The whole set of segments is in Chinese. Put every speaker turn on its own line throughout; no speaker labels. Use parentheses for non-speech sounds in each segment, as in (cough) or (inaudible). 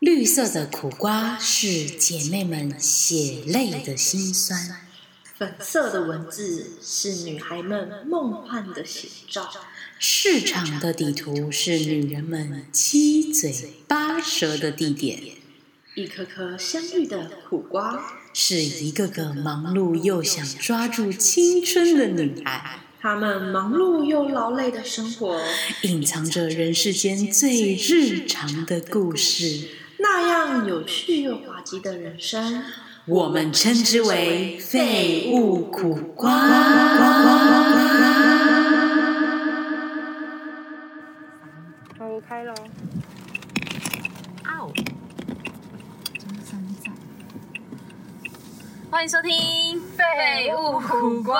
绿色的苦瓜是姐妹们血泪的辛酸，
粉色的文字是女孩们梦幻的写照，
市场的地图是女人们七嘴八舌的地点，
一颗颗相遇的苦瓜，
是一个个忙碌又想抓住青春的女孩，
她们忙碌又劳累的生活，
隐藏着人世间最日常的故事，
那样有趣又滑稽的人生。
我们称之为废物苦瓜。
好，我开喽。
欢迎收听《废物苦瓜》。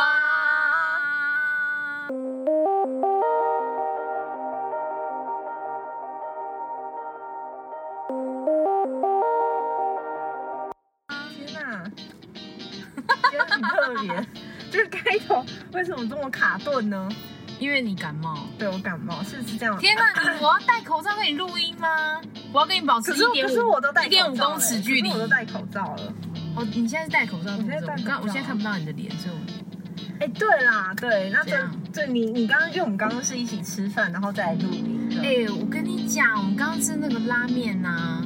天哪、觉得很特别。就是开头为什么这么卡顿呢？
因为你感冒。
对我感冒，是不是这样？
天哪、你我要戴口罩跟你录音吗？我要跟你保持
可
一
是我
点
可
五
是我都戴
一点五
口罩了
公尺距离。
可是我都戴口罩了。
哦，你现在是戴口罩，
我现在戴口罩
我刚我现在看不到你的脸，所以我
哎、对啦，对，那
这
这
样
对你你刚刚因为我们刚刚是一起吃饭，然后再来录音的。
哎、我跟你讲，我们刚刚吃那个拉面呐、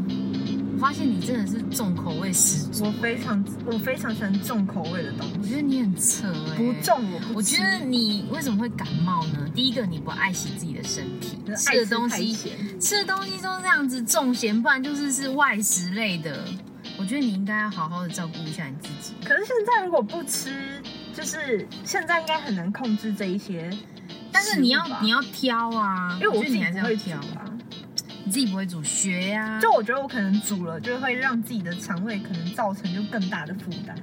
我发现你真的是重口味十足。
我非常我非常喜欢重口味的东
我
西，
觉得你很扯哎、
不。重我不吃。
我觉得你为什么会感冒呢？第一个，你不爱惜自己的身体，
就是爱
吃的东
太
西
咸
吃的东西都这样子重咸，不然就是是外食类的。我觉得你应该要好好的照顾一下你自己。
可是现在如果不吃，就是现在应该很难控制这一些食物吧。
但是你要你要挑啊，
因为我
觉
自
得
己
你还是
不
要
会煮
挑，
啊，
你自己不会煮学啊呀、
就我觉得我可能煮了，就会让自己的肠胃可能造成就更大的负担，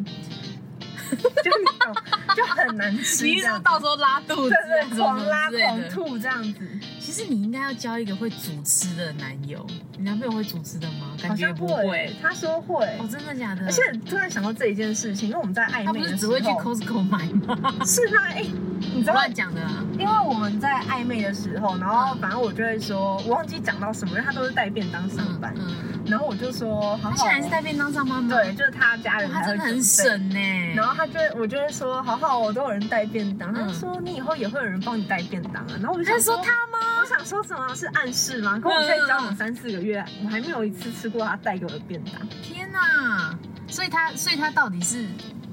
就你懂，就很难吃
你
这
是说
样，
到时候拉肚子
对
啊，
对，狂拉
什么之类
狂
的。
吐这样子，
(laughs) 其实你应该要交一个会煮吃的男友。你男朋友会煮吃的吗？
好
感觉
像
不
会欸
会。，
他说会，
哦，真的假的？
而且突然想到这一件事情，因为我们在暧
他
昧
不
的
是
时
只
候
会去，Costco 买吗？
是吗？哎， (laughs) 你知道
乱讲的啊啦。
因为我们在暧昧的时候，然后反正我就会说，我忘记讲到什么，因为他都是带便当上班，
嗯，
然后我就说，
他
好好
现在还是
哦，
带便当上班吗？哦
对，就是他家人
哇，他
还
真
会
的很省
准备
呢。
然后他就会，我就会说，好好哦，都有人带便当。他就
嗯
说，你以后也会有人帮你带便当啊。然后我就
他
想
是说他啊吗
我？想说什么是暗示吗？跟我现在交往三四个月，我还没有一次吃过他带给我的便当。
天哪！所以他，所以他到底是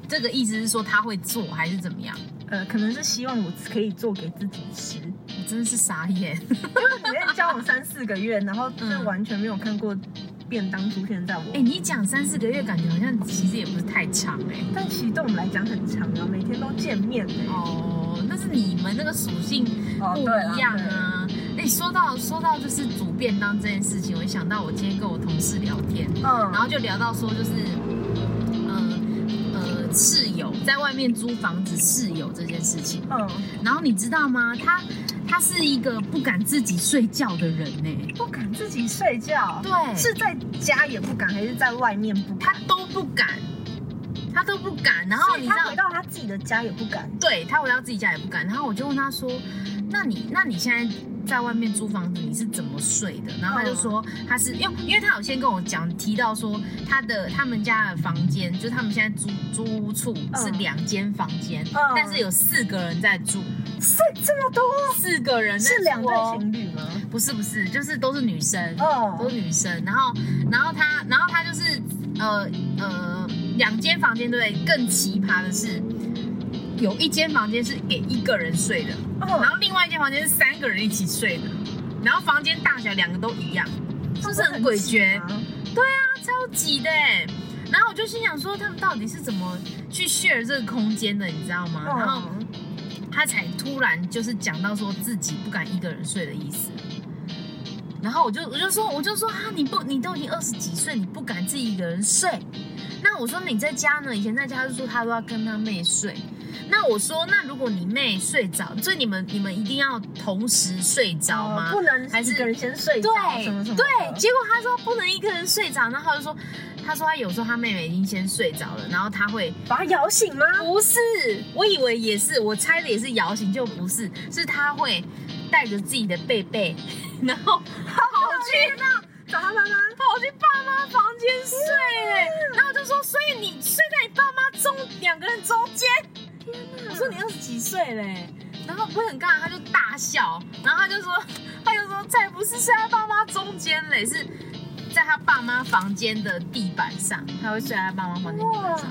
这个意思是说他会做还是怎么样？
呃，可能是希望我可以做给自己吃，因
我真的是傻眼。 (laughs)
为你在交往三四个月，然后就
嗯
完全没有看过便当出现在我。
哎、你讲三四个月，感觉好像其实也不是太长哎、
但其实对我们来讲很长啊，每天都见面呢、
哦，但是你们那个属性
哦
不一样。啊。哎、说到说到就是煮便当这件事情，我一想到我今天跟我同事聊天，
对啦对嗯，
然后就聊到说，就是，呃呃，室友在外面租房子室友这件事情。
嗯，
然后你知道吗？他他是一个不敢自己睡觉的人呢。
不敢自己睡觉，
对
是在家也不敢，还是在外面不敢
他？都不敢，他都不敢。然后
所以
你知
他
道
回，到他自己的家也不敢。
对他回到自己家也不敢。然后我就问他说：“那你那你现在在外面租房子，你是怎么睡的？”然后他就说
嗯
他是因为因为他有先跟我讲提到说他的他们家的房间，就是他们现在租租屋处是
嗯
两间房间，
嗯
但是有四个人在住，
是这么多，
四个人在
是两
住
对
哦
情侣吗？
不是不是，就是都是女生。都
哦，
是女生，然后，然后她，然后她就是，呃呃，两间房间对不对？更奇葩的是，有一间房间是给一个人睡的，然
哦，
后另外一间房间是三个人一起睡的，然后房间大小两个都一样，是不是很诡谲？
啊
它超挤的欸。然后我就心想说，他们到底是怎么去 share 这个空间的，你知道吗？然后
嗯
他才突然就是讲到说自己不敢一个人睡的意思。然后我就我就说我就说啊，你不你都已经二十几岁，你不敢自己一个人睡。那我说你在家呢？以前在家就说他都要跟他妹睡。那我说那如果你妹睡着，所以你们你们一定要同时睡着吗？
哦不能
还是
一个人先睡着，
对
什么什么的
对，结果他说不能一个人睡着，然后他就说他说他有时候他妹妹已经先睡着了，然后他会
把他摇醒吗？
不是，我以为也是，我猜的也是摇醒，就不是，是他会带着 (laughs) 自己的贝贝，然后跑去
找他妈妈，
跑去爸妈两个人中间。我说你二十几岁嘞，然后我也很尬，他就大笑，然后他就说， (laughs) 他就说才不是在他爸妈中间嘞，是在他爸妈房间的地板上，他会睡在他爸妈房间地
哦
板上，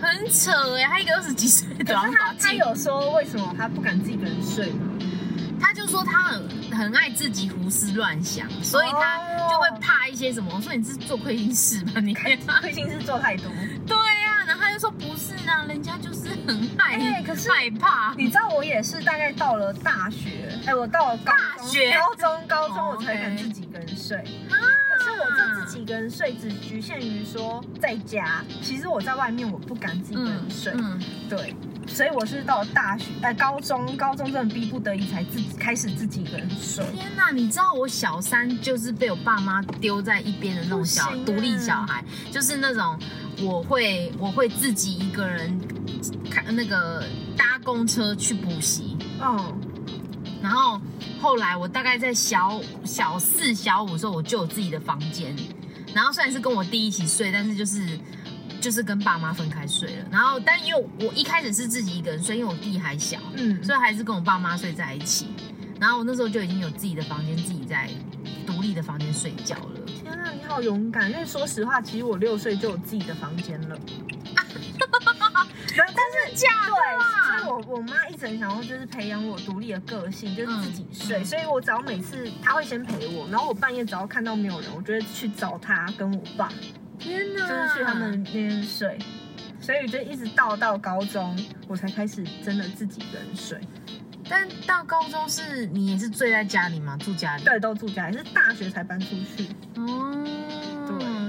很扯哎、他一个二十几岁的
可
王
是
法
他他
镜，
有说为什么他不敢自己一个人睡吗？
他就说他很很爱自己胡思乱想，所以他
哦
就会怕一些什么。我说你是做亏心事吧？你看
(laughs)
他，
亏心事做太多。
对呀、然后他就说不是啊，人家就是很害、
哎可是
害怕。
你知道我也是大概到了大学，哎、我到了高
大
中
学
高中、高中
哦
我才敢
OK
自己一个人睡。可是我这自己一个人睡只局限于说在家，其实我在外面我不敢自己一个人睡。
嗯，
对，所以我是到了大学，哎、高中，高中真的逼不得已才自己开始自己一个人睡。
天哪！你知道我小三就是被我爸妈丢在一边的那种小
不行啊
独立小孩，就是那种我会我会自己一个人开那个搭公车去补习，
嗯，
然后后来我大概在小小四、小五的时候，我就有自己的房间。然后虽然是跟我弟一起睡，但是就是就是跟爸妈分开睡了。然后但因为我一开始是自己一个人睡，因为我弟还小，
嗯，
所以还是跟我爸妈睡在一起。然后我那时候就已经有自己的房间，自己在独立的房间睡觉了。
天啊，你好勇敢！因为说实话，其实我六岁就有自己的房间
(laughs)
了。然后，但是
假的啊
对，所以我我妈一直很想要就是培养我独立的个性，就是自己睡。
嗯嗯
所以我只要每次她会先陪我，然后我半夜只要看到没有人，我就会去找她跟我爸，
嗯天哪
就是去他们那边睡。所以就一直到到高中，我才开始真的自己一个人睡。
但到高中是你也是睡在家里吗？住家里？
对，都住家里，是大学才搬出去。
哦，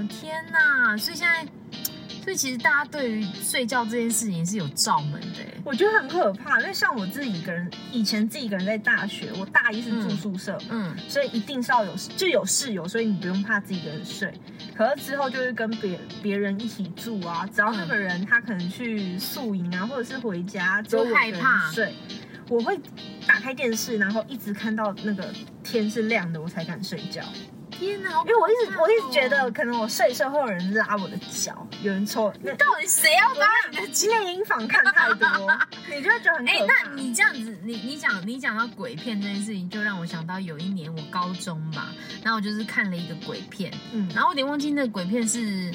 天哪！所以现在，所以其实大家对于睡觉这件事情是有罩门的欸耶。
我觉得很可怕，因为像我自己一个人，以前自己一个人在大学，我大一是住宿舍嘛，
嗯，
所以一定是要有就有室友，所以你不用怕自己一个人睡。可是之后就会跟别别人一起住啊，只要那
嗯
个人他可能去宿营啊，或者是回家，只有我一个人
就害怕
睡，我会打开电视，然后一直看到那个天是亮的，我才敢睡觉。
天哪！好可怕哦
因为我一直我一直觉
哦
得，，可能我睡一睡会有人拉我的脚，有人抽我那。
到底谁
嗯
要拉你的脚？
电影坊看太多， (laughs) 你就会觉得很可
哎、
怕。
那你这样子，你你讲你讲到鬼片这件事情，就让我想到有一年我高中吧，然后我就是看了一个鬼片，
嗯，
然后我有点忘记那个鬼片是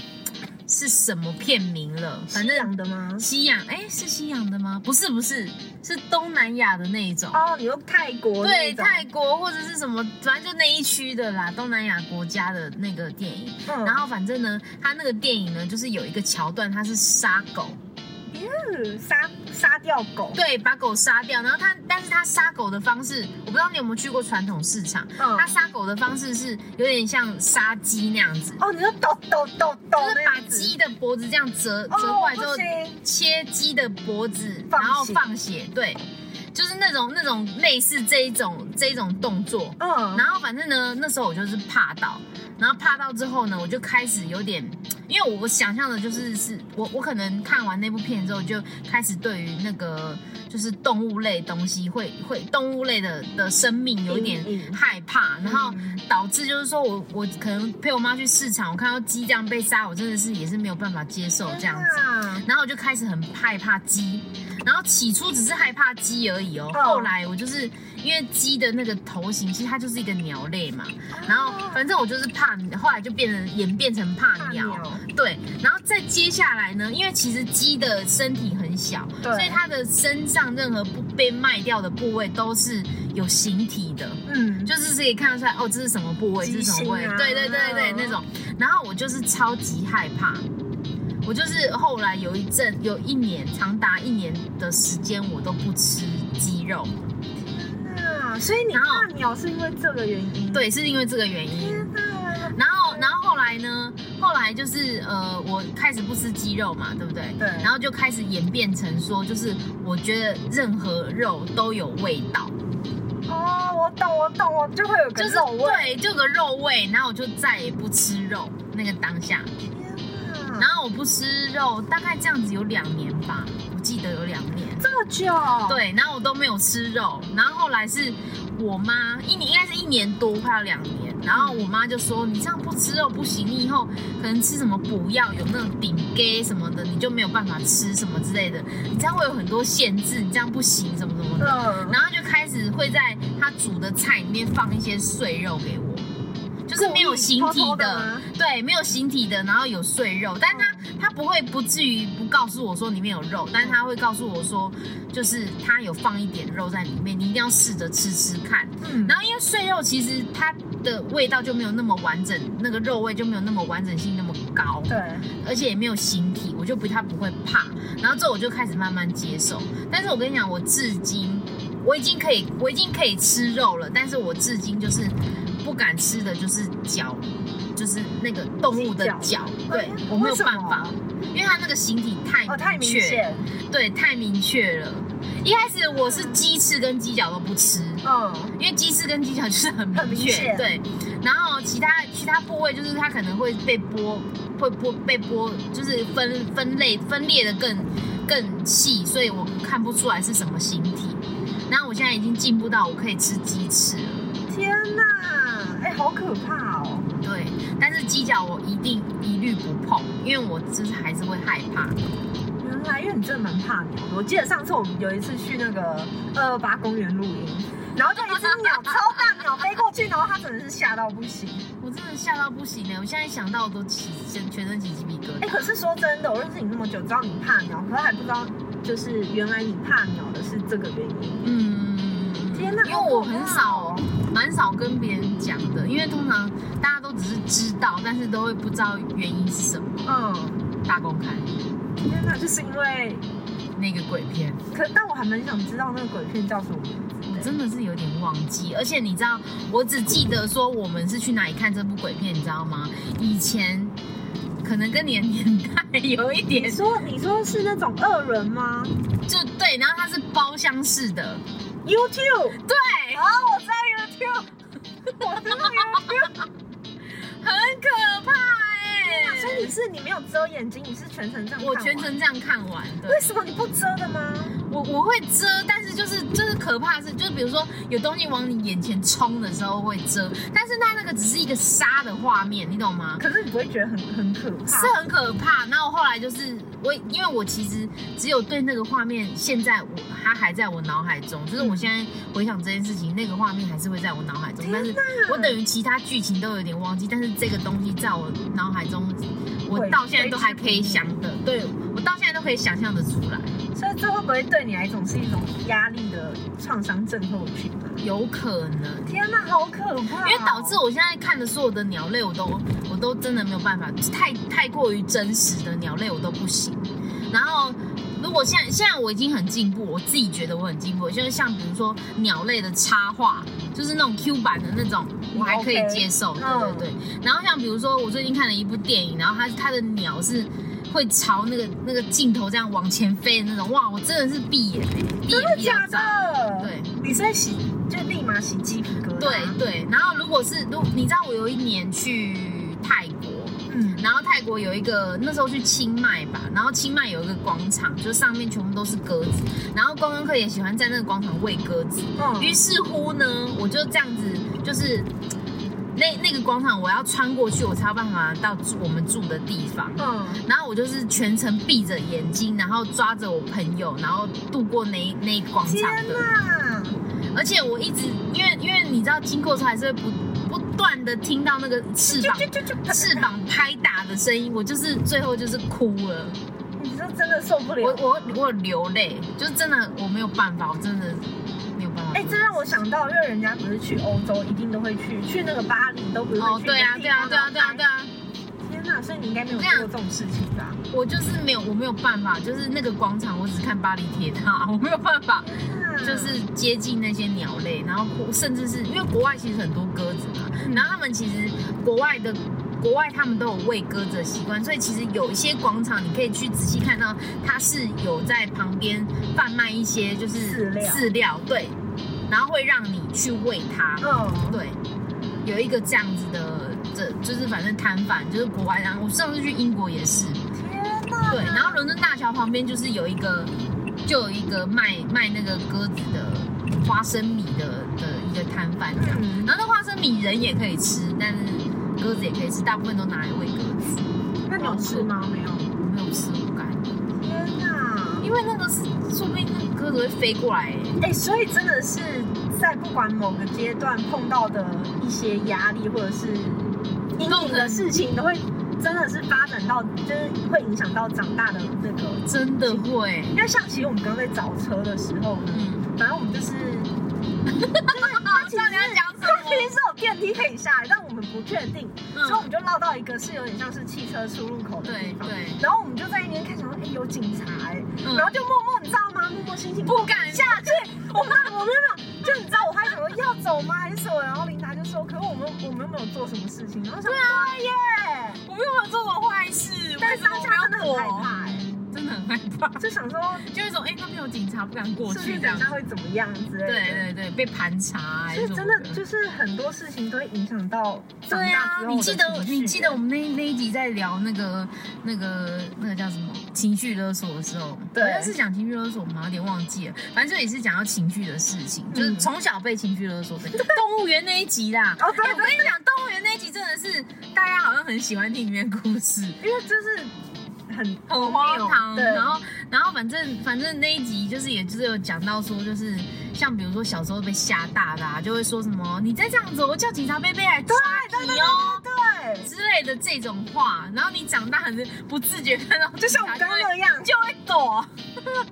是什么片名了，反
西
正
洋的吗？
西洋，哎、是西洋的吗？不是不是，是东南亚的那一种。
哦，你说泰国那
对，
种
泰国或者是什么，反正就那一区的啦，东南亚国家的那个电影。
嗯
然后反正呢，他那个电影呢，就是有一个桥段，他是杀狗，
嗯杀杀掉狗，
对，把狗杀掉。然后他，但是他杀狗的方式，我不知道你有没有去过传统市场，
嗯
他杀狗的方式是有点像杀鸡那样子，
哦，你说抖抖抖抖
就是
那
把
样子
鸡的脖子这样折
哦
折过来之后
不，行
切鸡的脖子，
放
然
血
后放血，对，就是那种那种类似这一种这一种动作。
嗯，
然后反正呢，那时候我就是怕到，然后怕到之后呢，我就开始有点，因为我想象的就是是我我可能看完那部片之后，就开始对于那个就是动物类东西会会动物类的的生命有一点
阴影
害怕，然后
嗯
导致就是说我我可能陪我妈去市场，我看到鸡这样被杀，我真的是也是没有办法接受这样子。
子，
然后我就开始很害怕鸡，然后起初只是害怕鸡而已哦，
嗯
后来我就是因为鸡的那个头型，其实它就是一个鸟类嘛，然后反正我就是怕，后来就变成演变成怕
大
鸟，
鸟，
对，然后再接下来呢，因为其实鸡的身体很小，
对
所以它的身上任何不被卖掉的部位都是有形体的，
嗯，
就是可以看得出来哦，这是什么部位，这
鸡
是
心啊
什么部位，对对对对那种。然后我就是超级害怕，我就是后来有一阵有一年长达一年的时间，我都不吃鸡肉，
啊，所以你
然后
怕鸟是因为这个原因，，
对，是因为这个原因。
天哪，
然后，然后后来呢？后来就是呃，我开始不吃鸡肉嘛，对不对？
对
然后就开始演变成说，就是我觉得任何肉都有味道，
哦，我懂我懂，我就会有个
就是
肉味，
对，就有个肉味。然后我就再也不吃肉，那个当下。
天哪
然后我不吃肉，大概这样子有两年吧，我记得有两年。
这么久，，
对，然后我都没有吃肉，然后后来是我妈一年，应该是一年多，快要两年。然后我妈就说：“你这样不吃肉不行，你以后可能吃什么补药，有那种顶 gay 什么的，你就没有办法吃什么之类的，你这样会有很多限制，你这样不行，什么什么的。”
嗯，
然后就开始会在她煮的菜里面放一些碎肉给我，就是没有形
故意
体
偷偷
的
吗嗯
对，没有形体的，然后有碎肉，但他他不会不至于不告诉我说里面有肉，但他会告诉我说，就是他有放一点肉在里面，你一定要试着吃吃看。
嗯，
然后因为碎肉其实它的味道就没有那么完整，那个肉味就没有那么完整性那么高，
对，
而且也没有形体，我就不太不会怕。然后之后我就开始慢慢接受，但是我跟你讲，我至今我已经可以我已经可以吃肉了，但是我至今就是不敢吃的就是脚，就是那个动物的
鸡
脚，对
哎
我没有
为什
办
么
法，因为它那个形体太
哦，太明显，
对，太明确了。一开始我是鸡翅跟鸡脚都不吃，
嗯，
因为鸡翅跟鸡脚就是很
很
明
明
确，
显
对。然后其他其他部位就是它可能会被剥，会剥被剥，就是分分类分裂的更更细，所以我看不出来是什么形体。然后我现在已经进步到我可以吃鸡翅了，
天哪，哎，好可怕哦，
对。但是鸡脚我一定一律不碰，因为我就是还是会害怕。
原来因为你真的蛮怕鸟的。我记得上次我们有一次去那个二二八公园露营，然后就一只鸟超大鸟飞过去，然后它真的是吓到不行。
我真的吓到不行欸了，我现在想到我都起全全身起鸡皮疙瘩。
哎、可是说真的，我认识你那么久，知道你怕鸟，可是还不知道就是原来你怕鸟的是这个原因。
嗯，
天哪
因为我很少，蛮少跟别人讲的，因为通常大家都只是知道，但是都会不知道原因是什么。
嗯，
大公开
天哪，就是因为，
那个鬼片，
可但我还蛮想知道那个鬼片叫什么名字
我
的。
真的是有点忘记，而且你知道，我只记得说我们是去哪里看这部鬼片，你知道吗？以前可能跟你的年代有一
你
点，
说你说是那种恶人吗
就对，然后它是包厢式的，
？YouTube
对，
啊，我知道 YouTube，我知道 YouTube。
(laughs) 很可怕哎、
所以你是你没有遮眼睛，你是全程这样看
我
完
全。程这样看完，对。
为什么你不遮的吗？
我我会遮，但是就是就是可怕的是，就是比如说有东西往你眼前冲的时候会遮，但是它那个只是一个沙的画面，你懂吗？
可是你不会觉得很很可怕？
是很可怕。然后后来就是我，因为我其实只有对那个画面，现在我它还在我脑海中，就是
嗯
我现在回想这件事情，那个画面还是会在我脑海中，但是我等于其他剧情都有点忘记，但是这个东西在我脑海中，我
会
到现在都还可以
挥之不去
想的，对我到现在都可以想象的出来。
所以这会不会对你来讲是一种压力的创伤症候群啊？
有可能，
天哪，好可怕哦、
因为导致我现在看的所有的鸟类，我都我都真的没有办法，太太过于真实的鸟类我都不行。然后，如果现在现在我已经很进步，我自己觉得我很进步，就是像比如说鸟类的插画，就是那种 Q 版的那种，我还可以
OK
接受。对
嗯
对对。然后像比如说我最近看了一部电影，然后它它的鸟是。会朝那个那个镜头这样往前飞的那种，哇！我真的是闭眼、欸，闭
真
眼
的
闭到
假
炸。
的？，
对，
你是在洗，就立马洗鸡皮疙瘩。啊
对，对，然后如果是如你知道我有一年去泰国，
嗯，
然后泰国有一个那时候去清迈吧，然后清迈有一个广场，就上面全部都是鸽子，然后观光客也喜欢在那个广场喂鸽子。于
嗯，
是乎呢，我就这样子，就是那那个广场我要穿过去，我才有办法到住我们住的地方。
嗯，
然后我就是全程闭着眼睛，然后抓着我朋友，然后度过那一那一广场
天
的。
哪，
而且我一直因为因为你知道经过的时候还是会不不断的听到那个翅膀
就就就
翅，膀拍打的声音，我就是最后就是哭了，
(laughs) 你就真的受不了。
我我我有流泪，就是真的我没有办法，我真的没有办法。
哎、这让我想到，因为人家不是去欧洲一定都会去，去那个巴黎都不是
哦
会去
对啊
一个
对
地方
啊对啊对啊对。啊，
天哪，所以你应该没有做过这种事情吧？
我就是没有我没有办法，就是那个广场我只看巴黎铁塔，我没有办法就是
嗯
接近那些鸟类，然后甚至是因为国外其实很多鸽子嘛，
嗯
然后他们其实国外的国外他们都有喂鸽子的习惯，所以其实有一些广场你可以去仔细看到，它是有在旁边贩卖一些就是
饲料
饲料，对，然后会让你去喂它，
嗯，
对，有一个这样子的，这就是反正摊贩就是国外，然后我上次去英国也是，
天哪，
对，然后伦敦大桥旁边就是有一个，就有一个卖卖那个鸽子的花生米的的一个摊贩这样。
嗯
然后那花生米人也可以吃，但是鸽子也可以吃，大部分都拿来喂鸽子。
那你有吃吗？没有。
我没有吃过感觉，
天哪！
因为那个是说不定那个鸽子会飞过来、欸。
哎、所以真的是在不管某个阶段碰到的一些压力或者是阴影的事情，都会真的是发展到，就是会影响到长大的那个。
真的会，
因为像其实我们刚刚在找车的时候呢，
嗯，
反正我们就是 (laughs)
我知道你要讲什
它其实
么，
啊是有电梯可以下来，但我们不确定，
嗯
所以我们就绕到一个是有点像是汽车出入口的
对
地方。
对，
然后我们就在那边看，想说，哎、有警察哎、
嗯
然后就默默，你知道吗？默默心情
不敢
下去。我们我们没有，就你知道，我还想说要走吗？还是什么？然后琳达就说，可是我们我们又没有做什么事情。然后想，对啊耶！
我没有做过坏事，
但是当下真的很害
为什么我没有
怕哎、
过，真的很害怕，
就想说，
就有一种哎，那边有警察不敢过
是不
去
是
这
等
样
一。下会怎么样之类的？
对对对，被盘查哎还
所
是
以
什么
真的就是很多事情都会影响到长
对
大
啊，
之后的
你记得
情绪
你记得我们那那一集在聊那个那个那个叫什么情绪勒索的时候，
对
好像是讲情绪勒索吗？有点忘记了，反正就也是讲到情绪的事情，就是从小被情绪勒索 (laughs) 的。动物园那一集啦，
哦对
哎我跟你讲，动物园那一集真的是大家好像很喜欢听里面的故事，
因为就是很
很荒唐。
对
然后，然后反正反正那一集就是也就是有讲到说，就是像比如说小时候被吓大的、啊，就会说什么你再这样子，我叫警察贝贝来抓你哦。
对，
之类的这种话，然后你长大很不自觉看到警察会，
就像我刚刚那样，
就会躲。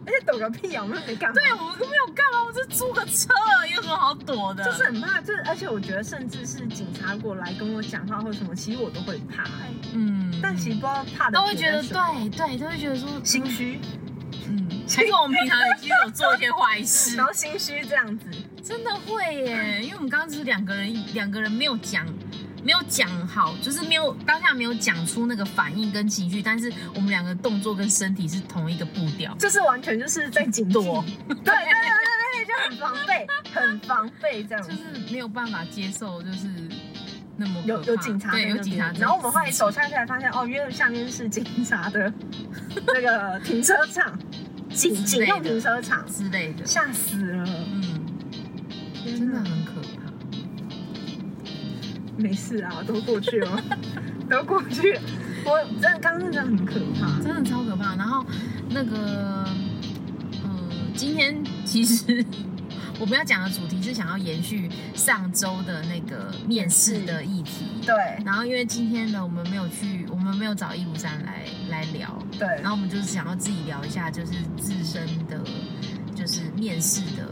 而且抖个屁啊，我们又没干嘛。
对，我们都没有干嘛，我们是租个车，有什么好躲的？
就是很怕，就是而且我觉得，甚至是警察过来跟我讲话或什么，其实我都会怕、哎
嗯，
但其实不知道怕的
都会觉得
点在什
对
么
对，都会觉得说
心，虚，
嗯，还是我们平常其实有做一些坏 (laughs) 事
然，后心虚这样子，
真的会耶，因为我们刚刚只是两个人，两个人没有讲。没有讲好，就是没有当下没有讲出那个反应跟情绪，但是我们两个动作跟身体是同一个步调，
就是完全就是在警惕，对
躲
(laughs) 对对对对，就很防备，很防备这样
就
子。
是没有办法接受，就是那么
有
可怕
有警察在
对，有
那边
警察在。
然后我们后来走下去，才发现哦，原来下面是警察的 (laughs) 那个停车场，警
之
警
类的
用停车场，
之类的，
吓死了，
嗯，
真
真的很可怕。
没事啊，都过去了， (laughs) 都过去了。我真的刚刚真的很可怕，
真的超可怕。然后那个，呃，今天其实 (laughs) 我们要讲的主题是想要延续上周的那个面试的议题。
对
然后因为今天呢，我们没有去，我们没有找一五三来来聊，
对，
然后我们就是想要自己聊一下，就是自身的，就是面试的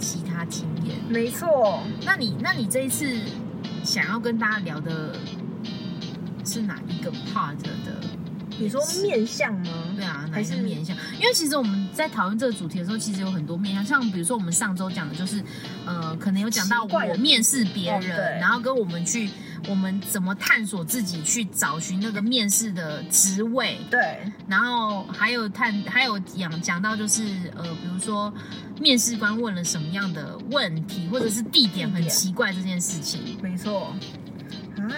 其他经验。
没错。
那你那你这一次想要跟大家聊的是哪一个 part 的？
你说面相吗？
对啊，哪
嗯还
一个
是
面向？因为其实我们在讨论这个主题的时候，其实有很多面向，像比如说我们上周讲的就是，呃，可能有讲到
奇怪的
我面试别
哦对
人，然后跟我们去我们怎么探索自己去找寻那个面试的职位，
对
然后还有探，还有讲讲到就是呃，比如说面试官问了什么样的问题，或者是地点
地
很
点
奇怪这件事情。
没错。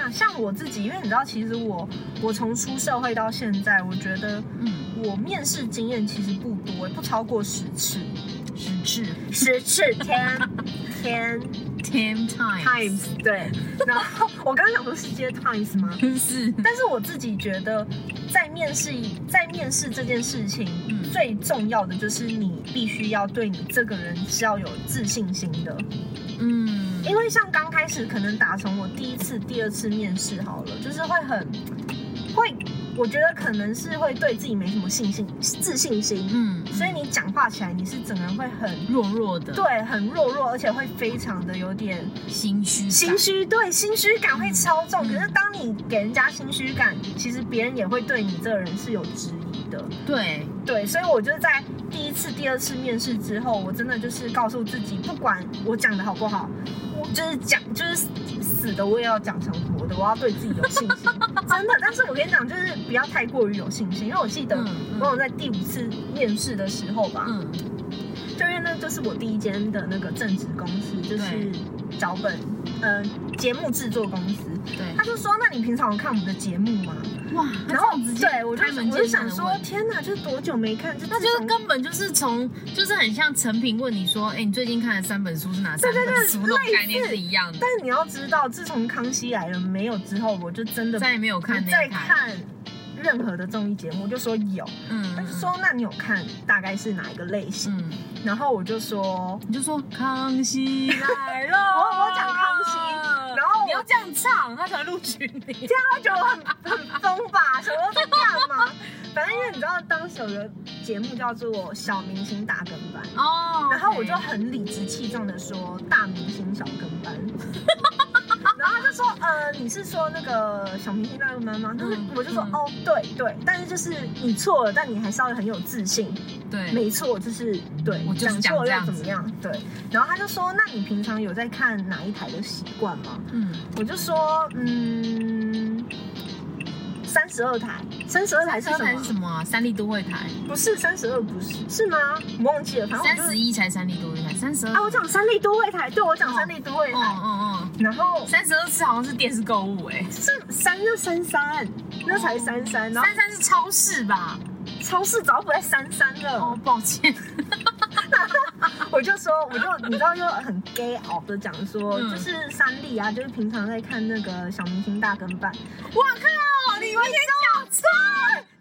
啊，像我自己，因为你知道，其实我我从出社会到现在，我觉得
嗯，
我面试经验其实不多，不超过十次，
实质
十次天 (laughs) 天
time time
times 对。然后我刚刚想说世界 times 吗？
是
但是我自己觉得，在面试在面试这件事情，
嗯
最重要的就是你必须要对你这个人是要有自信心的。
嗯
因为像刚开始，可能打从我第一次、第二次面试好了，就是会很会，我觉得可能是会对自己没什么信心、自信心，
嗯，
所以你讲话起来，你是整个人会很
弱弱的
对，很弱弱，而且会非常的有点
心虚
心虚，对，心虚感会超重。
嗯
可是当你给人家心虚感，其实别人也会对你这个人是有质疑的。
感对
对，所以我就在第一次、第二次面试之后，我真的就是告诉自己，不管我讲的好不好，我就是讲，就是死的我也要讲成活的，我要对自己有信 (laughs) 心，真的。但是我跟你讲，就是不要太过于有信心，因为我记得
嗯嗯
我有在第五次面试的时候吧，
嗯，
就因为那就是我第一间的那个正职公司，就是脚本，嗯、节目制作公司。
对
他，就说：“那你平常有看我们的节目吗
哇，？”
然后
他这样直接
对我就
开门
我就
见山
想
的
说：“天哪，就是多久没看？”就
那
自
就是
从
根本就是从，就是很像成品问你说，哎、你最近看的三本书是哪三
对对
本
对
书？那种概念
类似
是一样的，
但你要知道，自从《康熙来了》没有之后，我就真的
再也没有看那
不再
一台。
看任何的综艺节目，我就说有，
嗯，
他就说那你有看大概是哪一个类型？
嗯，嗯，
然后我就说，
你就说康熙来了，
(laughs) 我我讲康熙然后我
你要这样唱，他才会录取你。
他觉得我很很疯吧，什么在干嘛？ (laughs) 反正因为你知道，当时有个节目叫做《小明星大跟班》。
哦
然后我就很理直气壮的说大明星小跟
(laughs)
班，然后他就说呃你是说那个小明星大跟班吗？就是
嗯
我就说、
嗯
哦对对，但是就是你错了，但你还稍微很有自信，
对，
没错，就是对，
我就是
讲
讲这
错了
样
又怎么样？对，然后他就说那你平常有在看哪一台的习惯吗？
嗯，
我就说嗯。三十二台，三十二台是什
台
么？
是什么啊？三立都会台，
不是三十二，不是是吗？我忘记了，反正我
三
就是
十一才三立都会台，三十二。
啊，我讲三立都会台，对我讲三立都会
嗯
台，
嗯
然后
嗯，三十二次好像是电视购物哎、
是三就三三，那才三三，然后
三三是超市吧？
超市早不在三三
哦
了，，
抱歉，
我就说，我就你知道就很 gay 熬的讲说，
嗯
就是三立啊，就是平常在看那个小明星大跟班，
我靠，你完全讲错，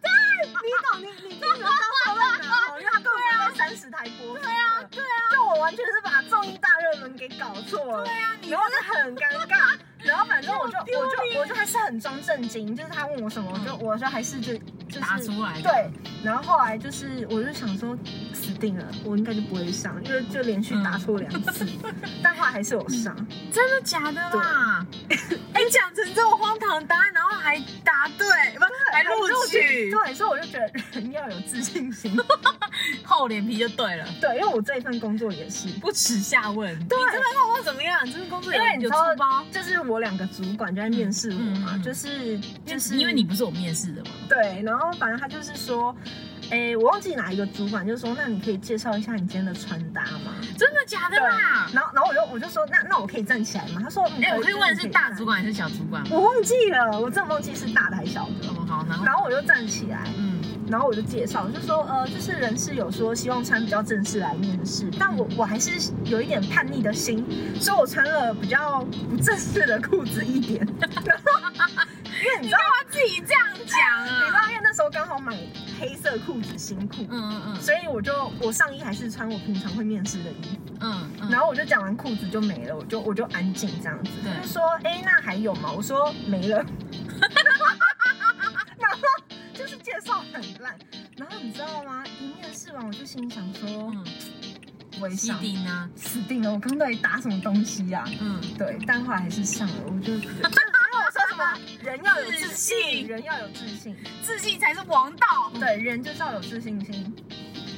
你懂你你这个当热门哦， (laughs) 因为他根本不在三十台播出，对啊对啊，就我完全是把综艺大热门给搞错了，
对啊，你
然后就很尴尬。然后反正我就我就我就还是很装正经，就是他问我什么，我就我就还是就就是
打出来的，
对。然后后来就是我就想说死定了，我应该就不会上，因为就连续打错两次，
嗯
但后来还是有上。
真的假的啦？ (laughs) 哎，讲成这种荒唐的答案，然后还答对，不还录取，
对，所以我就觉得人要有自信心。
厚脸皮就对了，
对，因为我这一份工作也是，
不耻下问。对，你这份工作怎么样？这份工作有
因为你
有
知
出
道
包，
就是我两个主管就在面试我嘛，
嗯嗯嗯
就是就是
因为你不是我面试的嘛。
对，然后反正他就是说，哎、我忘记哪一个主管就说，那你可以介绍一下你今天的穿搭吗？
真的假的啦？
然后然后我就我就说，那那我可以站起来吗？他说，嗯
哎，我可以问是大主，管还是小主管
可以
吗？
站我忘记了，我真的忘记是大的还是小的。
哦，好，然后
然后我就站起来，
嗯，
然后我就介绍，我就说，呃，就是人事有说希望穿比较正式来面试，但我我还是有一点叛逆的心，所以我穿了比较不正式的裤子一点。 (laughs) 然后因为你
你
知道
干，嘛自己这样讲
你知
啊？
道，因为那时候刚好买黑色裤子新裤，
嗯嗯
所以我就我上衣还是穿我平常会面试的衣服，
嗯嗯嗯，
然后我就讲完裤子就没了，我就我就安静这样子。
对
他就说：“哎、那还有吗？”我说：“没了。”然后就是介绍很烂，然后你知道吗？一面试完我就心想说
嗯，：“
我一
西
上
丁啊，
死定了，我刚到底打什么东西呀、
嗯，
对，但后来还是上了，我就觉得。所以我说什么？人要有自
自
信，
信
人要有自信，
自信才是王道。
对，人就是要有自信心。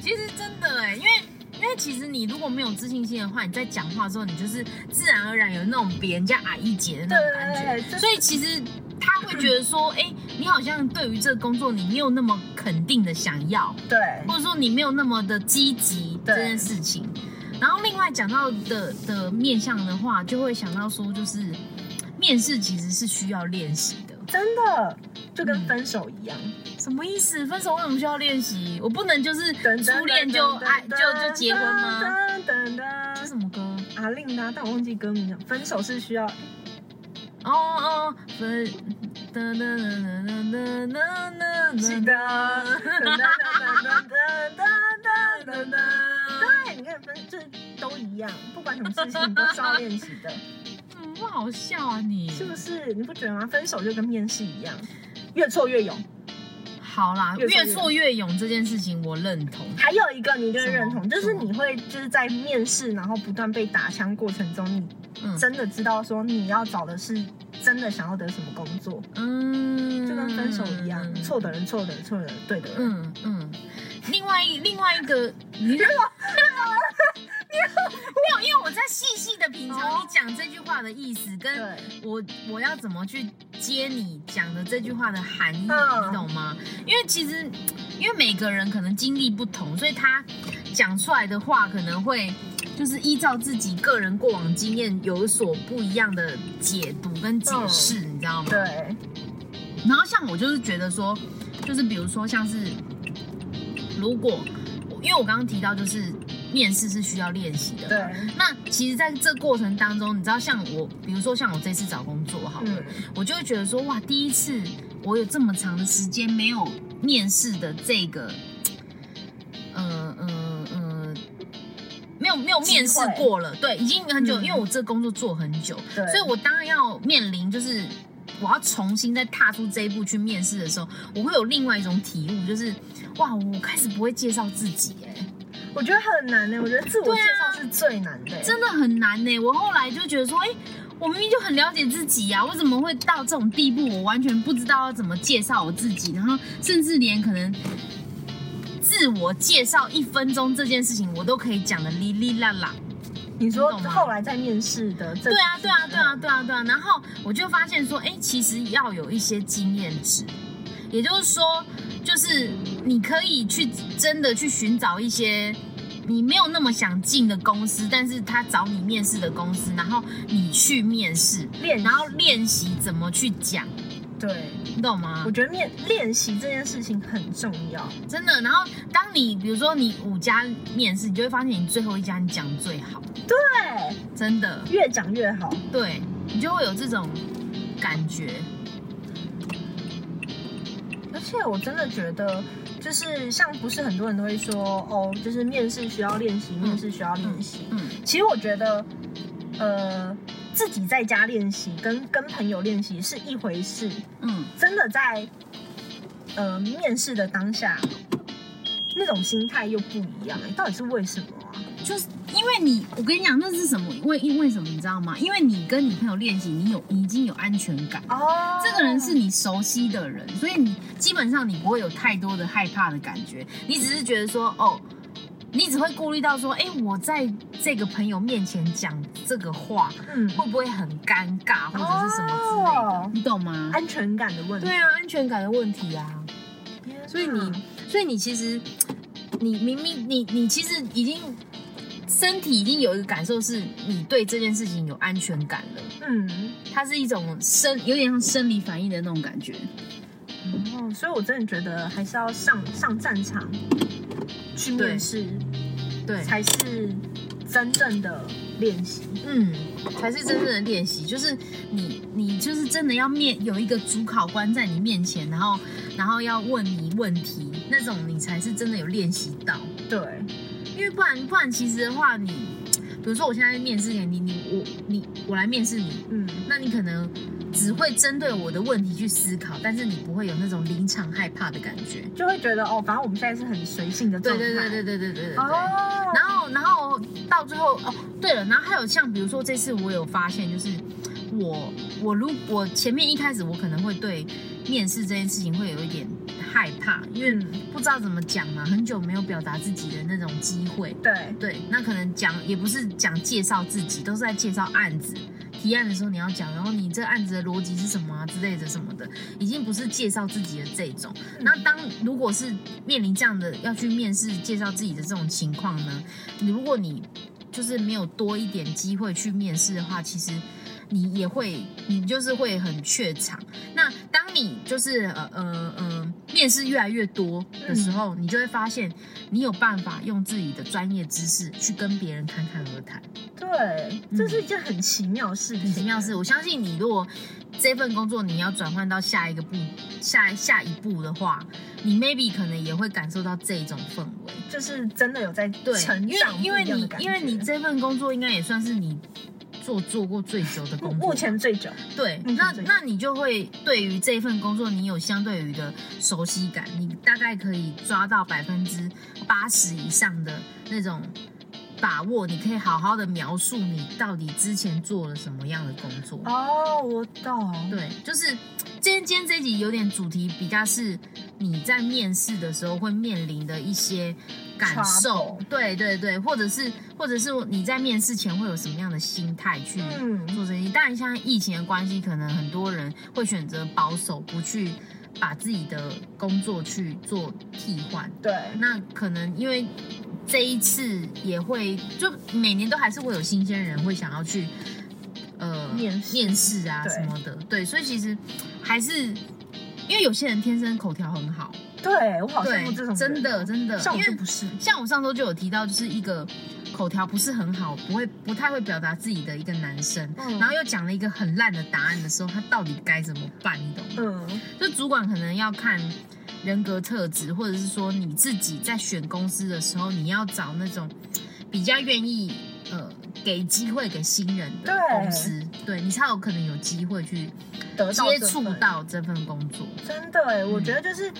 其实真的哎，因为因为其实你如果没有自信心的话，你在讲话的时候，你就是自然而然有那种比人家矮一截的那种感觉。
对，就是
所以其实他会觉得说，哎、你好像对于这个工作你没有那么肯定的想要，
对
或者说你没有那么的积极
对
这件事情。然后另外讲到的的面向的话，就会想到说，就是面试其实是需要练习的。
真的就跟
嗯
分手一样，
什么意思？分手为什么需要练习？我不能就是
等
初恋就爱就就结婚吗？？
等等
这是
等，
什么歌？
阿令的啊，但我忘记歌名了。分手是需要，
哦哦，分哒哒哒哒哒哒哒哒。
记得。对，哎你看分就是都一样，不管什么事情都是要练习
(laughs)
的，
嗯，不好笑啊你！
是不是？你不觉得吗？分手就跟面试一样，越挫越勇。
好啦，
越挫越
越挫越勇这件事情我认同。
还有一个你就认
什
同，
么
就是你会就是在面试然后不断被打枪过程中，你
嗯
真的知道说你要找的是真的想要得什么工作，
嗯，
就跟分手一样，错的人错的人错的人对的人。
嗯嗯，另外一另外一个，你没有，没有，因为我在细细的品尝
哦
你讲这句话的意思，跟
对，
我我要怎么去接你讲的这句话的含义，
嗯
你懂吗？因为其实因为每个人可能经历不同，所以他讲出来的话可能会就是依照自己个人过往经验有所不一样的解读跟解释，
嗯
你知道吗？
对，
然后像我就是觉得说，就是比如说像是，如果因为我刚刚提到就是面试是需要练习的，
对，
那其实在这过程当中，你知道像我，比如说像我这次找工作好了，
嗯，
我就会觉得说，哇，第一次我有这么长的时间没有面试的这个，呃呃呃，没有没有面试
机会
过了，对，已经很久，
嗯
因为我这工作做很久，
对，
所以我当然要面临就是。我要重新再踏出这一步去面试的时候，我会有另外一种体悟，就是哇，我开始不会介绍自己、欸，
我觉得很难呢、我觉得自我介绍是最难的、
啊真的很难呢、我后来就觉得说，哎、我明明就很了解自己呀、啊，我怎么会到这种地步？我完全不知道要怎么介绍我自己，然后甚至连可能自我介绍一分钟这件事情，我都可以讲的哩哩啦啦。
欸你说
你懂吗
后来在面试的这，
对啊，对啊，对啊，对啊，对啊。然后我就发现说，哎、其实要有一些经验值，也就是说，就是你可以去真的去寻找一些你没有那么想进的公司，但是他找你面试的公司，然后你去面试，
练习，
然后练习怎么去讲，
对，
你懂吗
我？觉得面练习这件事情很重要，
真的。然后当你比如说你五家面试，你就会发现你最后一家你讲最好，
对，
真的，
越讲越好。
对你就会有这种感觉。
而且我真的觉得，就是像不是很多人都会说哦，就是面试需要练习，面试需要练习。
嗯
其实我觉得，呃，自己在家练习跟跟朋友练习是一回事，
嗯。
真的在呃面试的当下，那种心态又不一样、欸。到底是为什么啊？
就是因为你，我跟你讲，那是什么？为因为什么你知道吗？因为你跟你朋友练习，你有你已经有安全感，
哦
这个人是你熟悉的人，所以你基本上你不会有太多的害怕的感觉，你只是觉得说，哦，你只会顾虑到说，哎，我在这个朋友面前讲这个话
嗯
会不会很尴尬，或者是什么之类的，
哦
你懂吗？
安全感的问题
对。啊，安全感的问题啊。
天哪
所以你，所以你其实，你明明你你其实已经身体已经有一个感受，是你对这件事情有安全感了。
嗯，
它是一种生，有点像生理反应的那种感觉。
哦，所以我真的觉得还是要上上战场去面试，
对
才是真正的练习。
嗯，才是真正的练习，就是你你就是真的要面有一个主考官在你面前，然后然后要问你问题，那种你才是真的有练习到。
对，
因为不然不然，其实的话你，比如说我现在面试给你，你我你我来面试你，
嗯，
那你可能只会针对我的问题去思考，但是你不会有那种临场害怕的感觉。
就会觉得哦，反正我们现在是很随性的
对
状态。
对对对对对对对对。
哦，
然后，然后到最后哦，对了，然后还有像比如说这次我有发现，就是我我如我前面一开始我可能会对面试这件事情会有一点害怕，因为
嗯
不知道怎么讲嘛，很久没有表达自己的那种机会。
对，
对，那可能讲也不是讲介绍自己，都是在介绍案子。提案的时候你要讲，然后你这案子的逻辑是什么啊之类的什么的，已经不是介绍自己的这种。那当如果是面临这样的要去面试介绍自己的这种情况呢，你如果你就是没有多一点机会去面试的话，其实你也会，你就是会很怯场。那当你就是呃呃呃面试越来越多的时候，你就会发现你有办法用自己的专业知识去跟别人侃侃而谈。
对，这是一件很奇妙的事情。
嗯很奇妙是，我相信你如果这份工作你要转换到下一个步下下一步的话，你 maybe 可能也会感受到这种氛围。
就是真的有在
对，
成
因为
长
因为
不一样的
你
感觉
因为你这份工作应该也算是你做做过最久的
目
工作吧，
目前最久，
对，
目前
那
最
那你就会对于这份工作，你有相对于的熟悉感，你大概可以抓到百分之八十以上的那种把握，你可以好好的描述你到底之前做了什么样的工作。
哦，我懂。
对，就是今天今天这一集有点主题比较是你在面试的时候会面临的一些感受
Trouble，
对对对，或者是或者是你在面试前会有什么样的心态去
嗯
做这些。当然，像疫情的关系，可能很多人会选择保守，不去把自己的工作去做替换。
对，
那可能因为这一次也会，就每年都还是会有新鲜人会想要去呃
面试
面试啊
对
什么的，对，所以其实还是因为有些人天生口条很好，
对我好羡慕这
对，
种
真
人，
的真的，
像我
因
就
为
不是，
像我上周就有提到，就是一个口条不是很好，不会不太会表达自己的一个男生，
嗯
然后又讲了一个很烂的答案的时候，他到底该怎么办？你懂吗？
嗯，
就主管可能要看人格特质，或者是说你自己在选公司的时候，你要找那种比较愿意呃给机会给新人的
对
公司，对你才有可能有机会去
得到
接
这
触
份
到这份工作。
真的哎，我觉得就是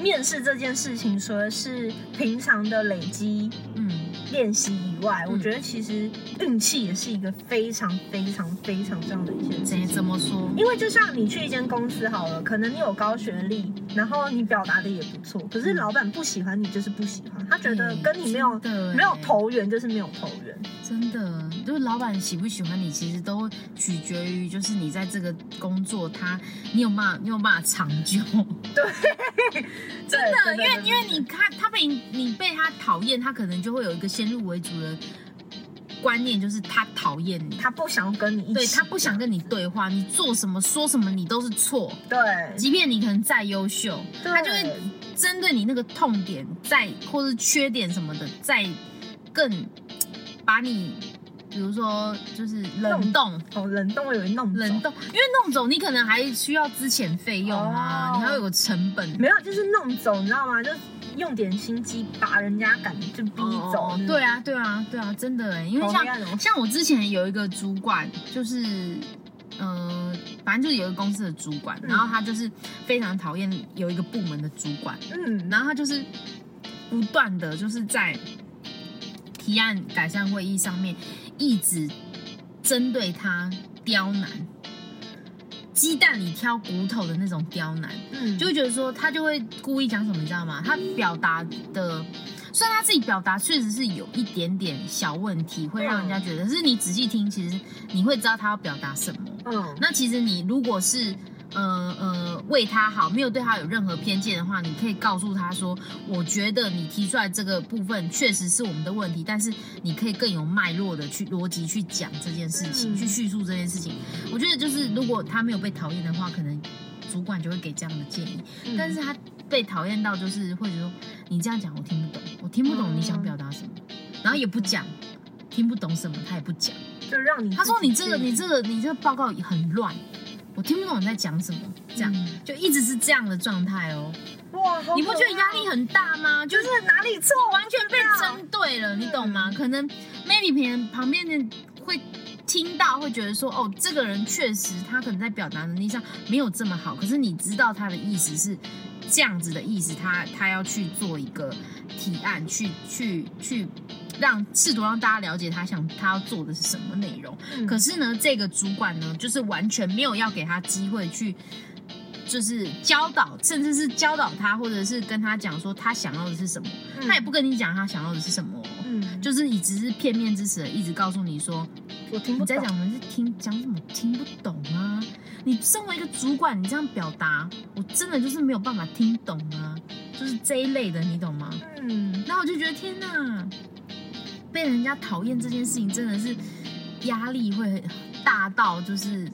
面试这件事情，除了是平常的累积
嗯，
练习以外，
嗯
我觉得其实运气也是一个非常非常非常重要的一件事
怎
情。
怎么说？
因为就像你去一间公司好了，可能你有高学历，然后你表达的也不错，可是
嗯
老板不喜欢你就是不喜欢，他觉得
对
跟你没有
哎真的欸
没有投缘就是没有投缘。
真的，就是老板喜不喜欢你，其实都取决于就是你在这个工作他，你有办法，你有办法长久。
真
真的，因为因为你看他被你你被他讨厌，他可能就会有一个先入为主的观念，就是他讨厌你，
他不想跟你一起，
对他不想跟你对话，你做什么说什么你都是错，
对，
即便你可能再优秀，
对
他就会针对你那个痛点再或是缺点什么的再更把你，比如说就是冷冻。
哦冷冻我以为弄走
冷冻，因为弄走你可能还需要之前费用啊，
哦
你还要有成本，啊
没有，就是弄走，你知道吗？就是用点心机把人家赶就逼走。嗯
哦对，啊，对啊，对啊，真的哎，因为
好黑暗哦
像像我之前有一个主管，就是呃，反正就是有一个公司的主管，
嗯
然后他就是非常讨厌有一个部门的主管，
嗯，
然后他就是不断的就是在提案改善会议上面一直针对他刁难，鸡蛋里挑骨头的那种刁难。
嗯
就会觉得说他就会故意讲什么，你知道吗？他表达的。虽然他自己表达确实是有一点点小问题，会让人家觉得，可是你仔细听，其实你会知道他要表达什么。
嗯，
那其实你如果是呃呃为他好，没有对他有任何偏见的话，你可以告诉他说，我觉得你提出来这个部分确实是我们的问题，但是你可以更有脉络的去逻辑去讲这件事情，
嗯
去叙述这件事情。我觉得就是如果他没有被讨厌的话，可能主管就会给这样的建议，
嗯
但是他被讨厌到就是会觉得你这样讲我听不懂，我听不懂你想
嗯
表达什么，然后也不讲。听不懂什么，他也不讲。
就让你
他说
自己
你这个
去
你这个你这个报告很乱，我听不懂你在讲什么，这样、
嗯
就一直是这样的状态哦。
哇，好
你不觉得压力
可怕哦
很大吗？就
就是嗯是哪里错
完全被
针
针对了，你懂吗？可能 maybe 别人旁边的会听到，会觉得说哦，这个人确实他可能在表达能力上没有这么好，可是你知道他的意思是这样子的意思，他他要去做一个提案，去去去让试图让大家了解他想他要做的是什么内容。
嗯
可是呢，这个主管呢，就是完全没有要给他机会去，就是教导，甚至是教导他，或者是跟他讲说他想要的是什么，
嗯
他也不跟你讲他想要的是什么哦、
嗯，就
就是你只是片面之词，一直告诉你说
我听
你
不
在
懂
讲。什么，是听讲什么听不懂啊！你身为一个主管，你这样表达，我真的就是没有办法听懂啊，就是这一类的，你懂吗？
嗯，
然后我就觉得天哪，被人家讨厌这件事情真的是压力会大到，就是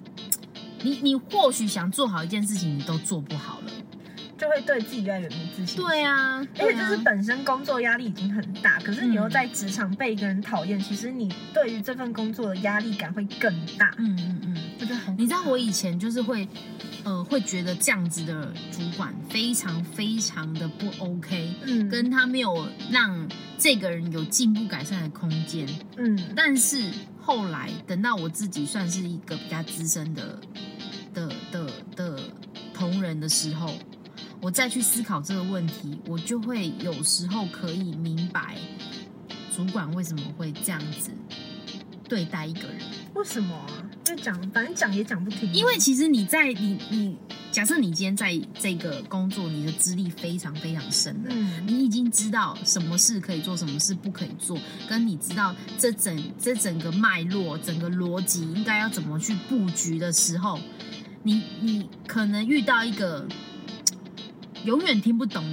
你你或许想做好一件事情，你都做不好了。
就会对自己越来越没自信。
对
啊。
啊，
而
对
且就是
啊，
本身工作压力已经很大，可是你又
嗯
在职场被一个人讨厌，其实你对于这份工作的压力感会更大。
嗯嗯嗯，
我觉得很
你知道我以前就是会，呃，会觉得这样子的主管非常非常的不 OK，
嗯
跟他没有让这个人有进步改善的空间。
嗯
但是后来等到我自己算是一个比较资深的的的的同仁的时候，我再去思考这个问题，我就会有时候可以明白主管为什么会这样子对待一个人，
为什么啊？就讲反正讲也讲不听，
因为其实你在你你假设你今天在这个工作，你的资历非常非常深的，
嗯
你已经知道什么事可以做，什么事不可以做，跟你知道这整这整个脉络、整个逻辑应该要怎么去布局的时候，你你可能遇到一个呃永远听不懂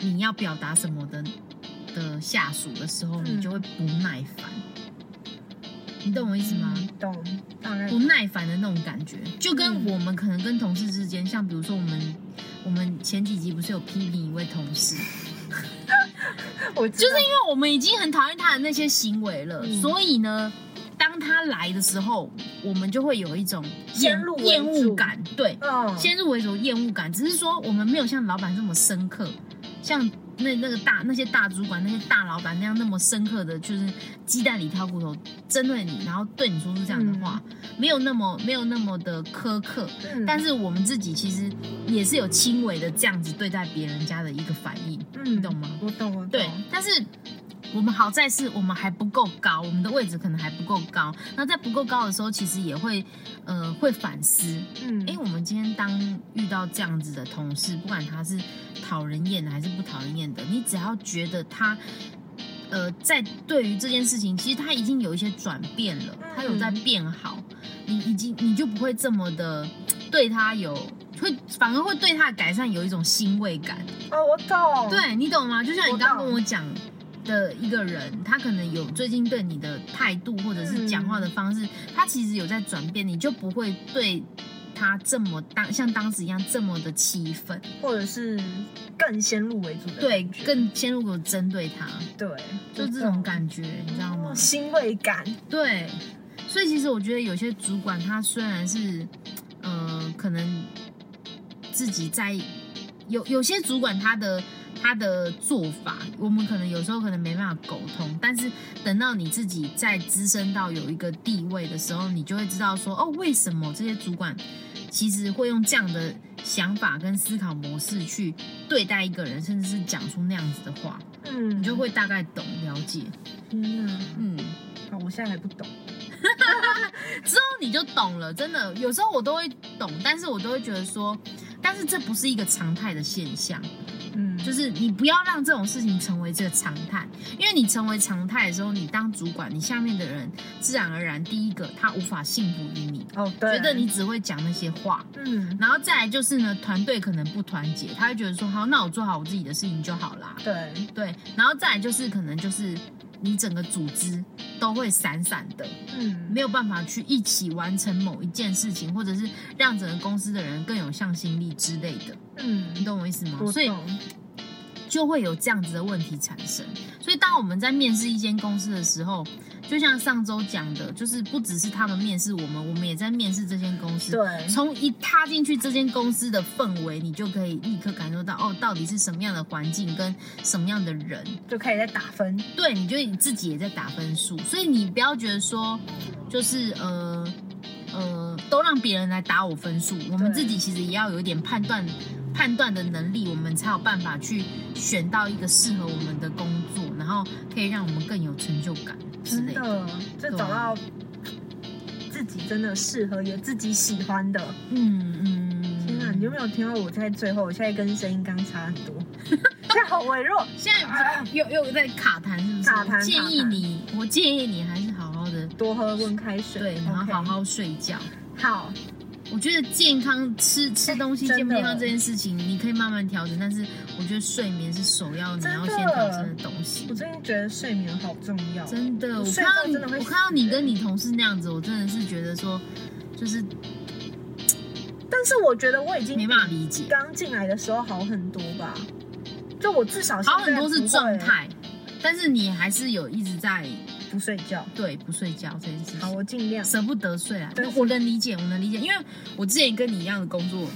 你要表达什么的的下属的时候，
嗯
你就会不耐烦。你懂我意思吗？嗯
懂，大概
不耐烦的那种感觉，就跟我们可能跟同事之间，像比如说我们我们前几集不是有批评一位同事，
我
就
就是
因为我们已经很讨厌他的那些行为了，
嗯
所以呢，当他来的时候，我们就会有一种
先入为主
厌恶感，对，
嗯，
先入为主厌恶感，只是说我们没有像老板这么深刻，像那那个大那些大主管那些大老板那样那么深刻的，就是鸡蛋里挑骨头针对你，然后对你说出这样的话，没有那么没有那么的苛刻，
嗯，
但是我们自己其实也是有轻微的这样子对待别人家的一个反应，
嗯
你懂吗？
我懂，我懂
对，但是我们好在是我们还不够高，我们的位置可能还不够高。那在不够高的时候，其实也会呃会反思，
嗯，
哎、我们今天当遇到这样子的同事，不管他是讨人厌的还是不讨人厌的，你只要觉得他。呃，在对于这件事情，其实他已经有一些转变了，他有在
嗯
变好，你已经你就不会这么的对他有，会反而会对他的改善有一种欣慰感。
哦，我懂，，
对你懂吗？就像你
我
刚刚
懂
跟我讲的一个人，他可能有最近对你的态度或者是讲话的方式，他其实有在转变，你就不会对他这么当像当时一样这么的气愤，
或者是更先入为主的
对，
感觉
更先入口针对他，
对，
就这种感觉，你知道吗
哦，？欣慰感，
对，所以其实我觉得有些主管他虽然是，呃，可能自己在有有些主管他的他的做法，我们可能有时候可能没办法沟通，但是等到你自己在资深到有一个地位的时候，你就会知道说，哦，为什么这些主管其实会用这样的想法跟思考模式去对待一个人，甚至是讲出那样子的话，
嗯，
你就会大概懂了解，
天哪，
嗯。
好我现在还不懂，
之后你就懂了，真的。有时候我都会懂，但是我都会觉得说，但是这不是一个常态的现象，
嗯，
就是是你不要让这种事情成为这个常态，因为你成为常态的时候，你当主管，你下面的人自然而然，第一个他无法信服于你，
哦，对，
觉得你只会讲那些话。
嗯，
然后再来就是呢，团队可能不团结，他会觉得说，好，那我做好我自己的事情就好啦。
对，
对，然后再来就是可能就是你整个组织都会散散的，
嗯，
没有办法去一起完成某一件事情，或者是让整个公司的人更有向心力之类的，你
嗯，
懂我意思吗？
我
所以
懂
就会有这样子的问题产生。所以当我们在面试一间公司的时候，就像上周讲的，就是不只是他们面试我们，我们也在面试这间公司。
对，
从一踏进去这间公司的氛围，你就可以立刻感受到哦，到底是什么样的环境跟什么样的人，
就可以再打分，
对，你觉得你自己也在打分数，所以你不要觉得说，就是呃呃，都让别人来打我分数，我们
对
自己其实也要有一点判断判断的能力，我们才有办法去选到一个适合我们的工作，然后可以让我们更有成就感之
真
类的。啊
的，就找到自己真的适合也自己喜欢的。
嗯嗯，
天啊，你有没有听到我在最后？我现在跟声音刚差很多， (laughs) 现在好微弱。
现在又又在卡痰是不是？
啊卡痰
我建议
卡痰
你，我建议你还是好好的
多喝温开水，
对，然后好
OK
好睡觉。
好，
我觉得健康吃吃东西
哎
健不健康
真的
这件事情，你可以慢慢调整，但是我觉得睡眠是首要你
真的
要先调整的东西
我。最近觉得睡眠好重要，
真的，
我
我
睡
看
觉
到你
真的会，
我
死
看到你
欸
跟你同事那样子，我真的是觉得说，就是
但是我觉得我已经
没办法理解。
刚进来的时候好很多吧，就我至少现
好
在
很多
不
是
会
状态，但是你还是有一直在
不睡觉。
对不睡觉这件事
好，
情，
我
(laughs)
尽量。
舍不得睡啊
对。
我能理解，我能理解，因为我之前跟你一样的工作，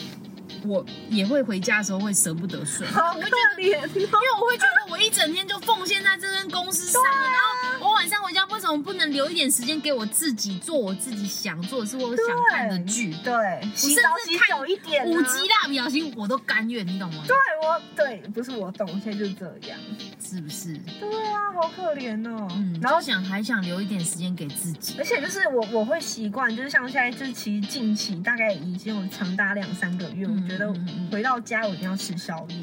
我也会回家的时候会舍不得睡。
好可怜哦，
因为我会觉得我一整天就奉献在这间公司上，
啊
然后我晚上回家为什么不能留一点时间给我自己做我自己想做的事，我想看的剧？
对，洗
甚
澡
至
洗
看
久一点、啊，
五级蜡笔小新我都甘愿，你懂吗？
对我对，不是我懂，我现在就是这样。
是不是？
对啊，好可怜哦。
嗯，
然
然
后
后，想还想留一点时间给自己
而，且就是我我会习惯，就是像现在，就是其实近期大概已经有长达两三个月，
嗯
我觉得
嗯嗯嗯
回到家我一定要吃宵夜，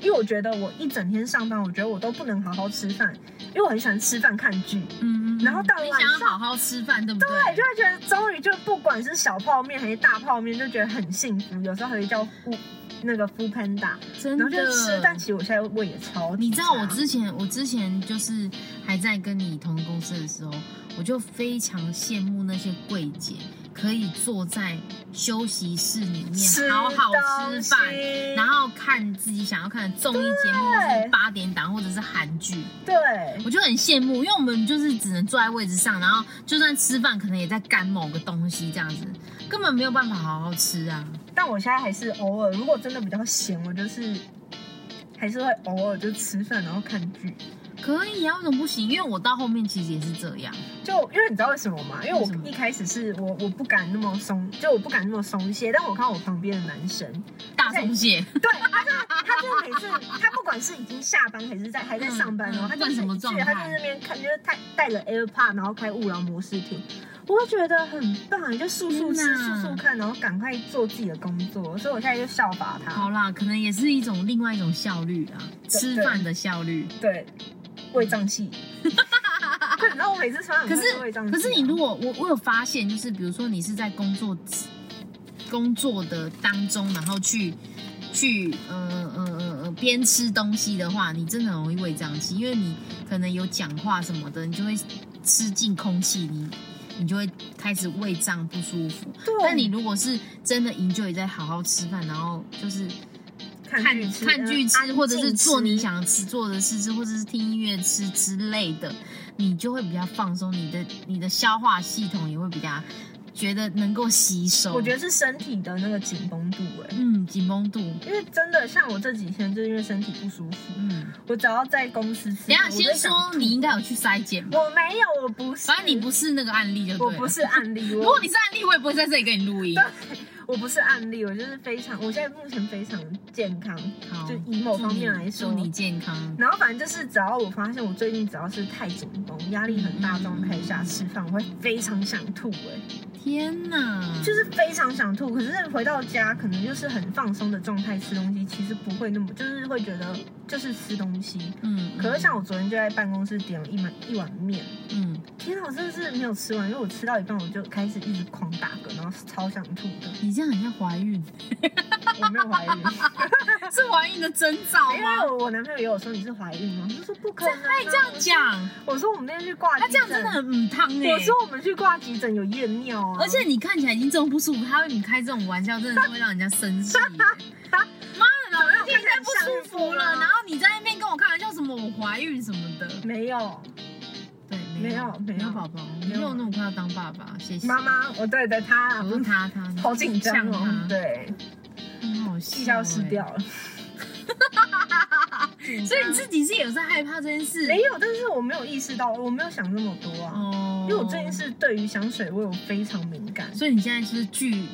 因为我觉得我一整天上班，我觉得我都不能好好吃饭，因为我很喜欢吃饭看剧。
嗯，
然后到
你
晚
想要
上
好好吃饭，对不
对，
对？
就会觉得终于就不管是小泡面还是大泡面，就觉得很幸福。有时候还会叫呼那个 f o o Panda，
真
然后
的。
就吃，但其实我现在胃也超级
你知道我
差
之前，我之前就是还在跟你同公司的时候，我就非常羡慕那些柜姐可以坐在休息室里面好好吃
东
饭，
西
然后看自己想要看的综艺节目，或者是八点档，或者是韩剧，
对
我就很羡慕，因为我们就是只能坐在位置上，然后就算吃饭，可能也在干某个东西这样子，根本没有办法好好吃啊。
但我现在还是偶尔，如果真的比较闲，我就是还是会偶尔就吃饭然后看剧。
可以啊，为什么不行？因为我到后面其实也是这样。
就因为你知道为什么吗？因为
为什么
我一开始是我我不敢那么松，就我不敢那么松懈。但我看我旁边的男
(laughs)
生，
大松蟹，
对他真的，他真的每次他不管是已经下班还是在还在上班哦，
嗯
他就是
不管什么状态
他就在那边看，就是戴戴了 AirPod，然后开勿扰模式听。我会觉得很棒，就速速吃
天
速
哪
速看，然后赶快做自己的工作，所以我现在就效法他。
好啦，可能也是一种另外一种效率啊，
对
吃饭的效率。
对，胃
(laughs)
胀气。对，然后我每次穿很
可
快
是
就胃胀气啊。
可是你如果我我有发现，就是比如说你是在工作工作的当中，然后去去呃呃呃呃边吃东西的话，你真的很容易胃胀气，因为你可能有讲话什么的，你就会吃进空气，你你就会开始胃胀不舒服。
对，
但你如果是真的 enjoy 在好好吃饭，然后就是
看剧吃呃
看剧吃，
安静
或者是做你
吃
想吃做的事吃，或者是听音乐吃之类的，你就会比较放松，你的你的消化系统也会比较觉得能够吸收。
我觉
得
得是身体的那个紧绷度哎、
嗯，紧绷度，
因为真的像我这几天就是因为身体不舒服，
嗯，
我只要在公司
等
吃
一
饭，
下
我就
先
想
说
吐
你应该有去筛检吧，
我没有，我不是，
反正你不，是那个案例就对
我
了
不。是案例，
如
我
果你是案例，我也不会在这里跟你录音。
我不是案例，我就是非常，我现在目前非常健康，
好，
就以某方面来说
祝你祝你健康。
然后反正就是，只要我发现我最近只要是太紧绷、压力很大
嗯
的状态下吃饭，我会非常想吐、哎，
天哪，
就是非常想吐。可是回到家，可能就是很放松的状态吃东西，其实不会那么，就是会觉得就是吃东西。
嗯，
可是像我昨天就在办公室点了一碗一碗面，
嗯。
天啊哪，我真的是没有吃完，因为我吃到一半我就开始一直狂打嗝，然后超想吐的。
你这样很像怀孕，
我没有怀孕，
是怀孕的征兆
因
吗？
为我男朋友也有说你是怀孕吗？我就说不可能、啊。
他这样讲，
我说我们那天去挂急
他
诊，
这样真的很母汤哎。
我说我们去挂急诊有验尿啊，
而且你看起来已经这么不舒服，他为你开这种玩笑，真的是会让人家生
(laughs)
气耶。妈的，老娘现在不舒服
啊
了，然后你在那边跟我开玩笑什么我怀孕什么的，
没有
对，
没有
没
没有
有宝宝，你没有那么快要当爸爸，谢谢。
妈，妈，我对对他啊，
我问他他
好紧张
呛
哦
他，，
对，
很好
气
笑
消
哎
失掉。了。
所以你自己是有在害怕这件事？
没有，但是我没有意识到，我没有想那么多啊，
哦
因为我最近是对于香水味我非常敏感，
所以你现在就是拒，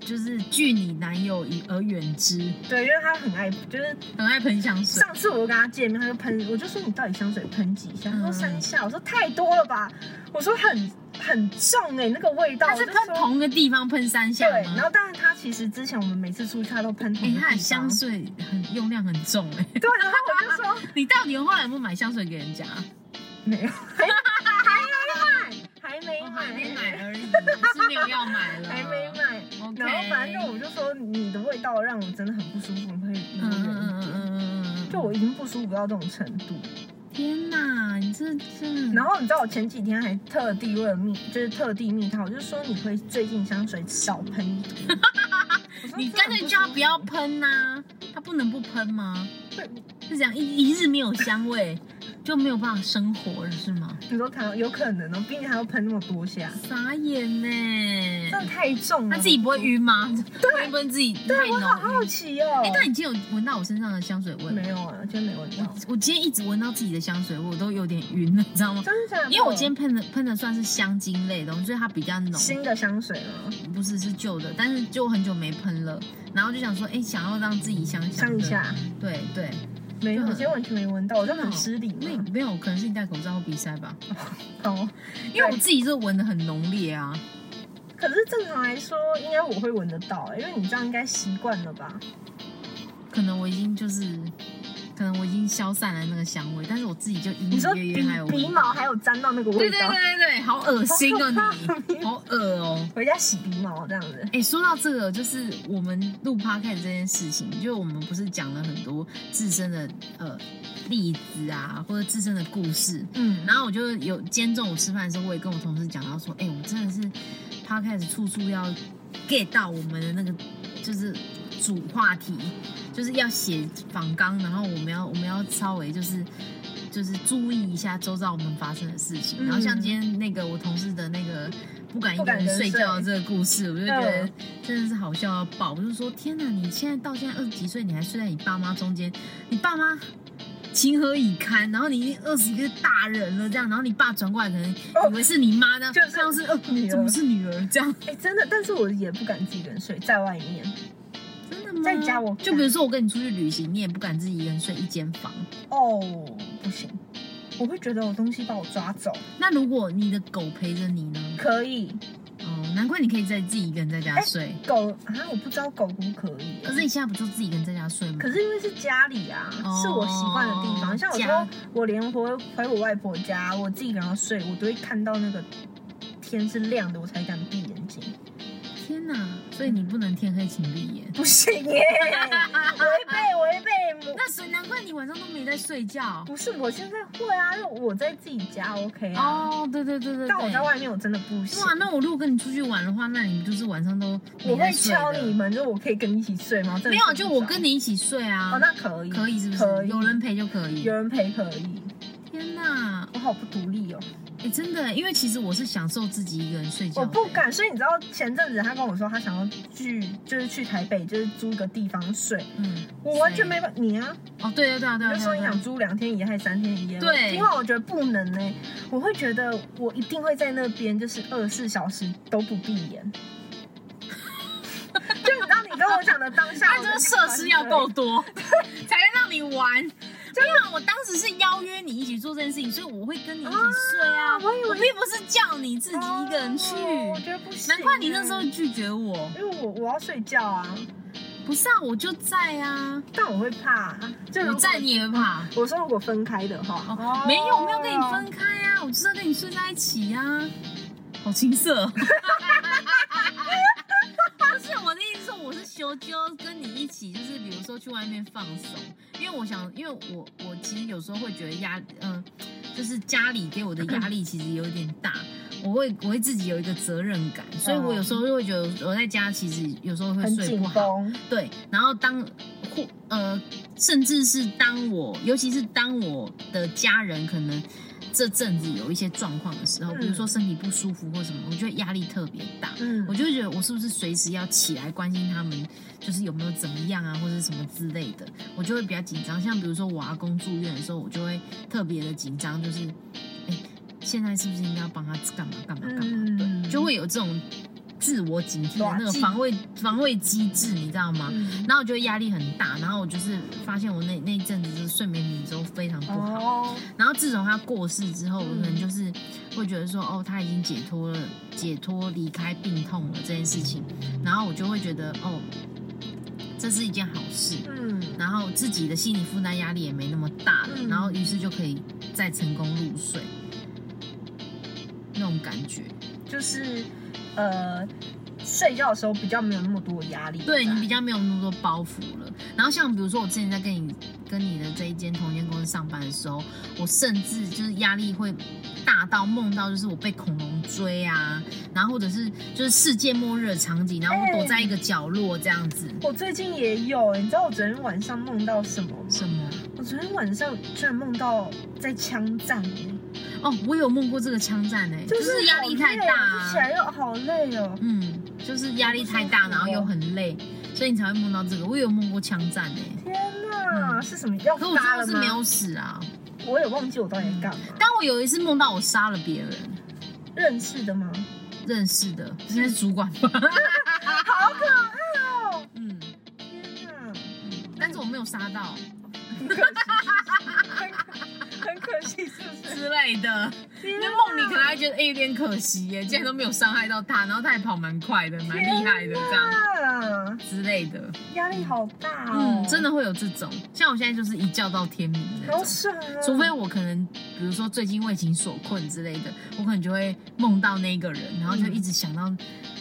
就是拒你男友以而远之，
对，因为他很爱，就是
很爱喷香水。
上次我跟他见面，他就喷，我就说你到底香水喷几下？他说
嗯
三下，我说太多了吧，我说很很重哎、那个味道，
他是
我
喷
就说
同个地方喷三下
对，
吗
然？后但是他其实之前我们每次出去他都喷同
哎、
一个
他的
地
香
方，
水很用量很重哎、 (laughs)
对，然后我就说
你到底后来有没有买香水给人家？
没有，还没
我
买，
哦还
还
没
没
买
买，
而已，我是没有要买了，
还没。买。
OK。
然后反正我就说你的味道让我真的很不舒服，你可以离
嗯
我
嗯
远
嗯
一
嗯
点。
嗯嗯，
就我已经不舒服到这种程度，
天哪，你这这，
然后你知道我前几天还特地为了蜜，就是特地蜜他，我就说你可以最近香水少喷
(laughs)
一点。我说
你干脆叫他不要喷呐、他不能不喷吗？
对
是这样一一日没有香味就没有办法生活了是吗？
你说他有可能哦，毕竟他要喷那么多下，
傻眼呢、
真的太重了。
他自己不会晕吗？会不会自己太
对我
浓
好好
郁？
奇哦。
哎、那你今天有闻到我身上的香水味吗
没？有啊，今天没闻到，
我今天一直闻到自己的香水味，我都有点晕了，你知道吗？
真的假的？哦
因为我今天喷的喷的算是香精类的东西，所以它比较浓，
新的香水吗？
不是是旧的，但是就很久没喷了，然后就想说，哎、想要让自己香香
香
的
一，下，
对对，
没有，
就
我
很
今天完全没闻到，我就很失礼
那
嘛。
没有，可能是你戴口罩或鼻塞吧，
哦，
因为我自己就闻的很浓烈啊，
欸
嗯
可是正常来说，应该我会闻得到、因为你这样应该习惯了吧？
可能我已经就是，可能我已经消散了那个香味，但是我自己就隐
你说
隐约
鼻
约还有
鼻
闻
毛还有沾到那个
对
味
对
道
对，对对，好恶心哦
(laughs)
你，好恶哦。
回家洗鼻毛这样子。
哎、说到这个，就是我们录 podcast 这件事情，就我们不是讲了很多自身的呃例子啊，或者自身的故事。
嗯
然后我就有今天中午吃饭的时候，我也跟我同事讲到说，哎、我真的是 podcast 处处要 get 到我们的那个就是主话题，就是要写访纲，然后我们要我们要稍微就是。就是注意一下周遭我们发生的事情，
嗯
然后像今天那个我同事的那个不敢一
不
个
敢
人
一个人
睡
睡
觉的这个故事，我就觉得
嗯
真的是好笑到爆！我就说天哪，你现在到现在二十几岁，你还睡在你爸妈中间，你爸妈情何以堪？然后你已经二十一个大人了，这样，然后你爸转过来可能以为是你妈呢，
哦就是
看到是呃
女儿
怎么是女儿这样？
哎、真的，但是我也不敢自己一个人睡在外面。
真的吗？
在家我
就比如说我跟你出去旅行，你也不敢自己一个人睡一间房。
哦，不行，我会觉得有东西把我抓走。
那如果你的狗陪着你呢？
可以，
哦，难怪你可以在自己一个人在家
哎
睡。
狗啊，我不知道狗不可以。
可是你现在不就自己一个人在家睡吗？
可是因为是家里啊，
哦
是我习惯的地方。像我
家
说，我连回回我外婆家，我自己一个人要睡，我都会看到那个天是亮的，我才敢闭眼睛。
天哪，所以你不能天黑请闭眼。
不行耶，哎违背违背母。
(laughs) 那所以难怪你晚上都没在睡觉。
不是，我现在会啊，因为我在自己家 OK 啊。
哦，对对对对对。
但我在外面我真的不行。
哇，那我如果跟你出去玩的话，那你就是晚上都没
我会
在睡的
敲你。门，就我可以跟你一起睡吗？真的
没有，就我跟
你
你一起睡啊。
哦，那可以，
可以是不
可
是？
以，
有人陪就可以
有。人陪可以。
天哪，
我好不独立哦，
哎，真的，因为其实我是享受自己一个人睡觉。
我不。敢。所以你知道前阵子他跟我说他想要去，就是去台北，就是租一个地方睡，
嗯，
我完全没
谁。
办你啊，
哦，对对对啊对
你
啊对
就
啊
说你
对
想
啊。
租两天一夜还是三天一夜，
对
因为我觉得不能呢、我会觉得我一定会在那边就是二十四小时都不闭眼。 (laughs) 就你知道你跟我讲的当下，
那这个设施要够
我就
多， (laughs) 才能让你玩。因为我当时是邀约你一起做这件事情，所以我会跟你一起睡啊。
啊我以为
并不是叫你自
觉得
己一个人去。
哦我觉得不行、欸啊
难怪你那时候，拒绝我。
因为我我要睡觉啊，
不是啊，我就在啊，
但我会怕，啊就如
我
果
在你也会怕。
我说如果分开的话，
哦，没有，我没有跟你分开啊，我就是要跟你睡在一起啊。好青涩。不是我的意思，是我是求揪跟你一起，就是比如说去外面放松，因为我想，因为我我其实有时候会觉得压，嗯、就是家里给我的压力其实有点大，我会我会自己有一个责任感，所以我有时候就会觉得我在家其实有时候会
很
睡
紧
不好，
绷，
对，然后当或呃，甚至是当我，尤其是当我的家人可能这阵子有一些状况的时候，比如
嗯
说身体不舒服或什么，我觉得压力特别大。
嗯
我就会觉得我是不是随时要起来关心他们，就是有没有怎么样啊，或者什么之类的，我就会比较紧张。像比如说我阿公住院的时候，我就会特别的紧张，就是，哎，现在是不是应该要帮他干嘛干嘛干嘛？
嗯
对，就会有这种自我警惕的那个
抓紧
防卫防卫机制，你知道吗？
嗯
然后我就会压力很大，然后我就是发现我那那一阵子就是睡眠品质都非常不好。
哦，
然后自从他过世之后，我可能
嗯
就是会觉得说，哦，他已经解脱了，解脱离开病痛了这件事情，然后我就会觉得，哦，这是一件好事，
嗯，
然后自己的心理负担压力也没那么大了，
嗯
然后于是就可以再成功入睡，那种感觉，
就是呃，睡觉的时候比较没有那么多压力在，
对你比较没有那么多包袱了。然后像比如说我之前在跟你跟你的这一间同一间公司上班的时候，我甚至就是压力会大到梦到就是我被恐龙追啊，然后或者是就是世界末日的场景，然后我躲在一个角落这样子。
我最近也有，你知道我昨天晚上梦到什么吗？
什么？
我昨天晚上居然梦到在枪战耶，
哦，我有梦过这个枪战哎、
就
就是压力太大、
好累哦就起
啊，
来又好累哦。
嗯，就是压力太大，然后又很累，所以你才会梦到这个。我有梦过枪战哎、
天哪，
嗯
是什么要
可我最
发
后
了
是没
吗？
有死啊。
我也忘记我到底在干嘛。
但我有一次梦到我杀了别人，
认识的吗？
认识的，应该是主管吧。
(laughs) 好可爱哦！
嗯，
天哪，
但是我没有杀到，
很可惜很可惜，是
(laughs)
不是？
之类的。
天
那
哪
梦里可能还觉得哎、有点可惜耶，竟然都没有伤害到他，然后他还跑蛮快的，蛮厉害的这样
啊，
之类的。
压力好大哦，
嗯，真的会有这种，像我现在就是一觉到天明的那
好
种。
爽啊！
除非我可能，比如说最近为情所困之类的，我可能就会梦到那个人，然后就一直想到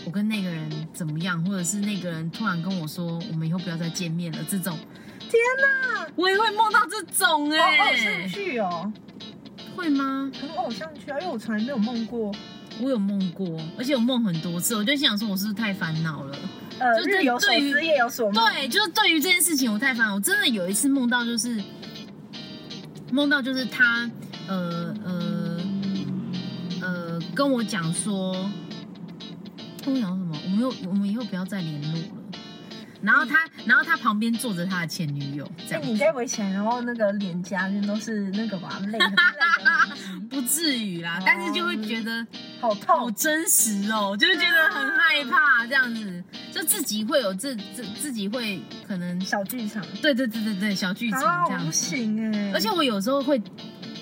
我跟那个人怎么样，或者是那个人突然跟我说我们以后不要再见面了，这种。
天哦
哪，我也会梦到这种
好
哎、
偶像剧哦，
会吗？
很偶像剧啊，因为我从来没有梦过，
我有梦过，而且我梦很多次，我就想说我是不是太烦恼了？
呃，
就是
日有所
对于
思，夜有所梦，
对，就是对于这件事情我太烦了。我真的有一次梦到，就是梦到就是他，呃呃呃，跟我讲说，跟我讲什么？我们又我们以后不要再联络了。然后他，然后他旁边坐着他的前女友，这
哎，
样
你该围起来，然后那个脸颊那边都是那个吧，泪，
(laughs)
泪
不至于
哦
啦，但是就会觉得
好
好
痛，
真实哦，就是觉得很害怕，这样子，就自己会有自自自己会可能，
小剧场，
对对对对对，小剧
啊，
场这
我
样
不
子。
行哎，
而且我有时候会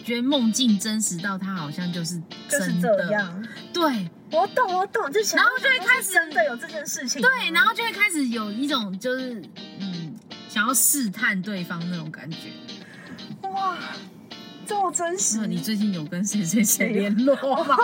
觉得梦境真实到它好像就是
就是
真的，
这样，
对
我懂，我懂，就想，
然后就会开始
真的有这件事情，
对，然后就会开始有一种就是嗯想要试探对方那种感
嗯
觉。
哇，这么真实
那，哦你最近有跟谁谁谁联络吗？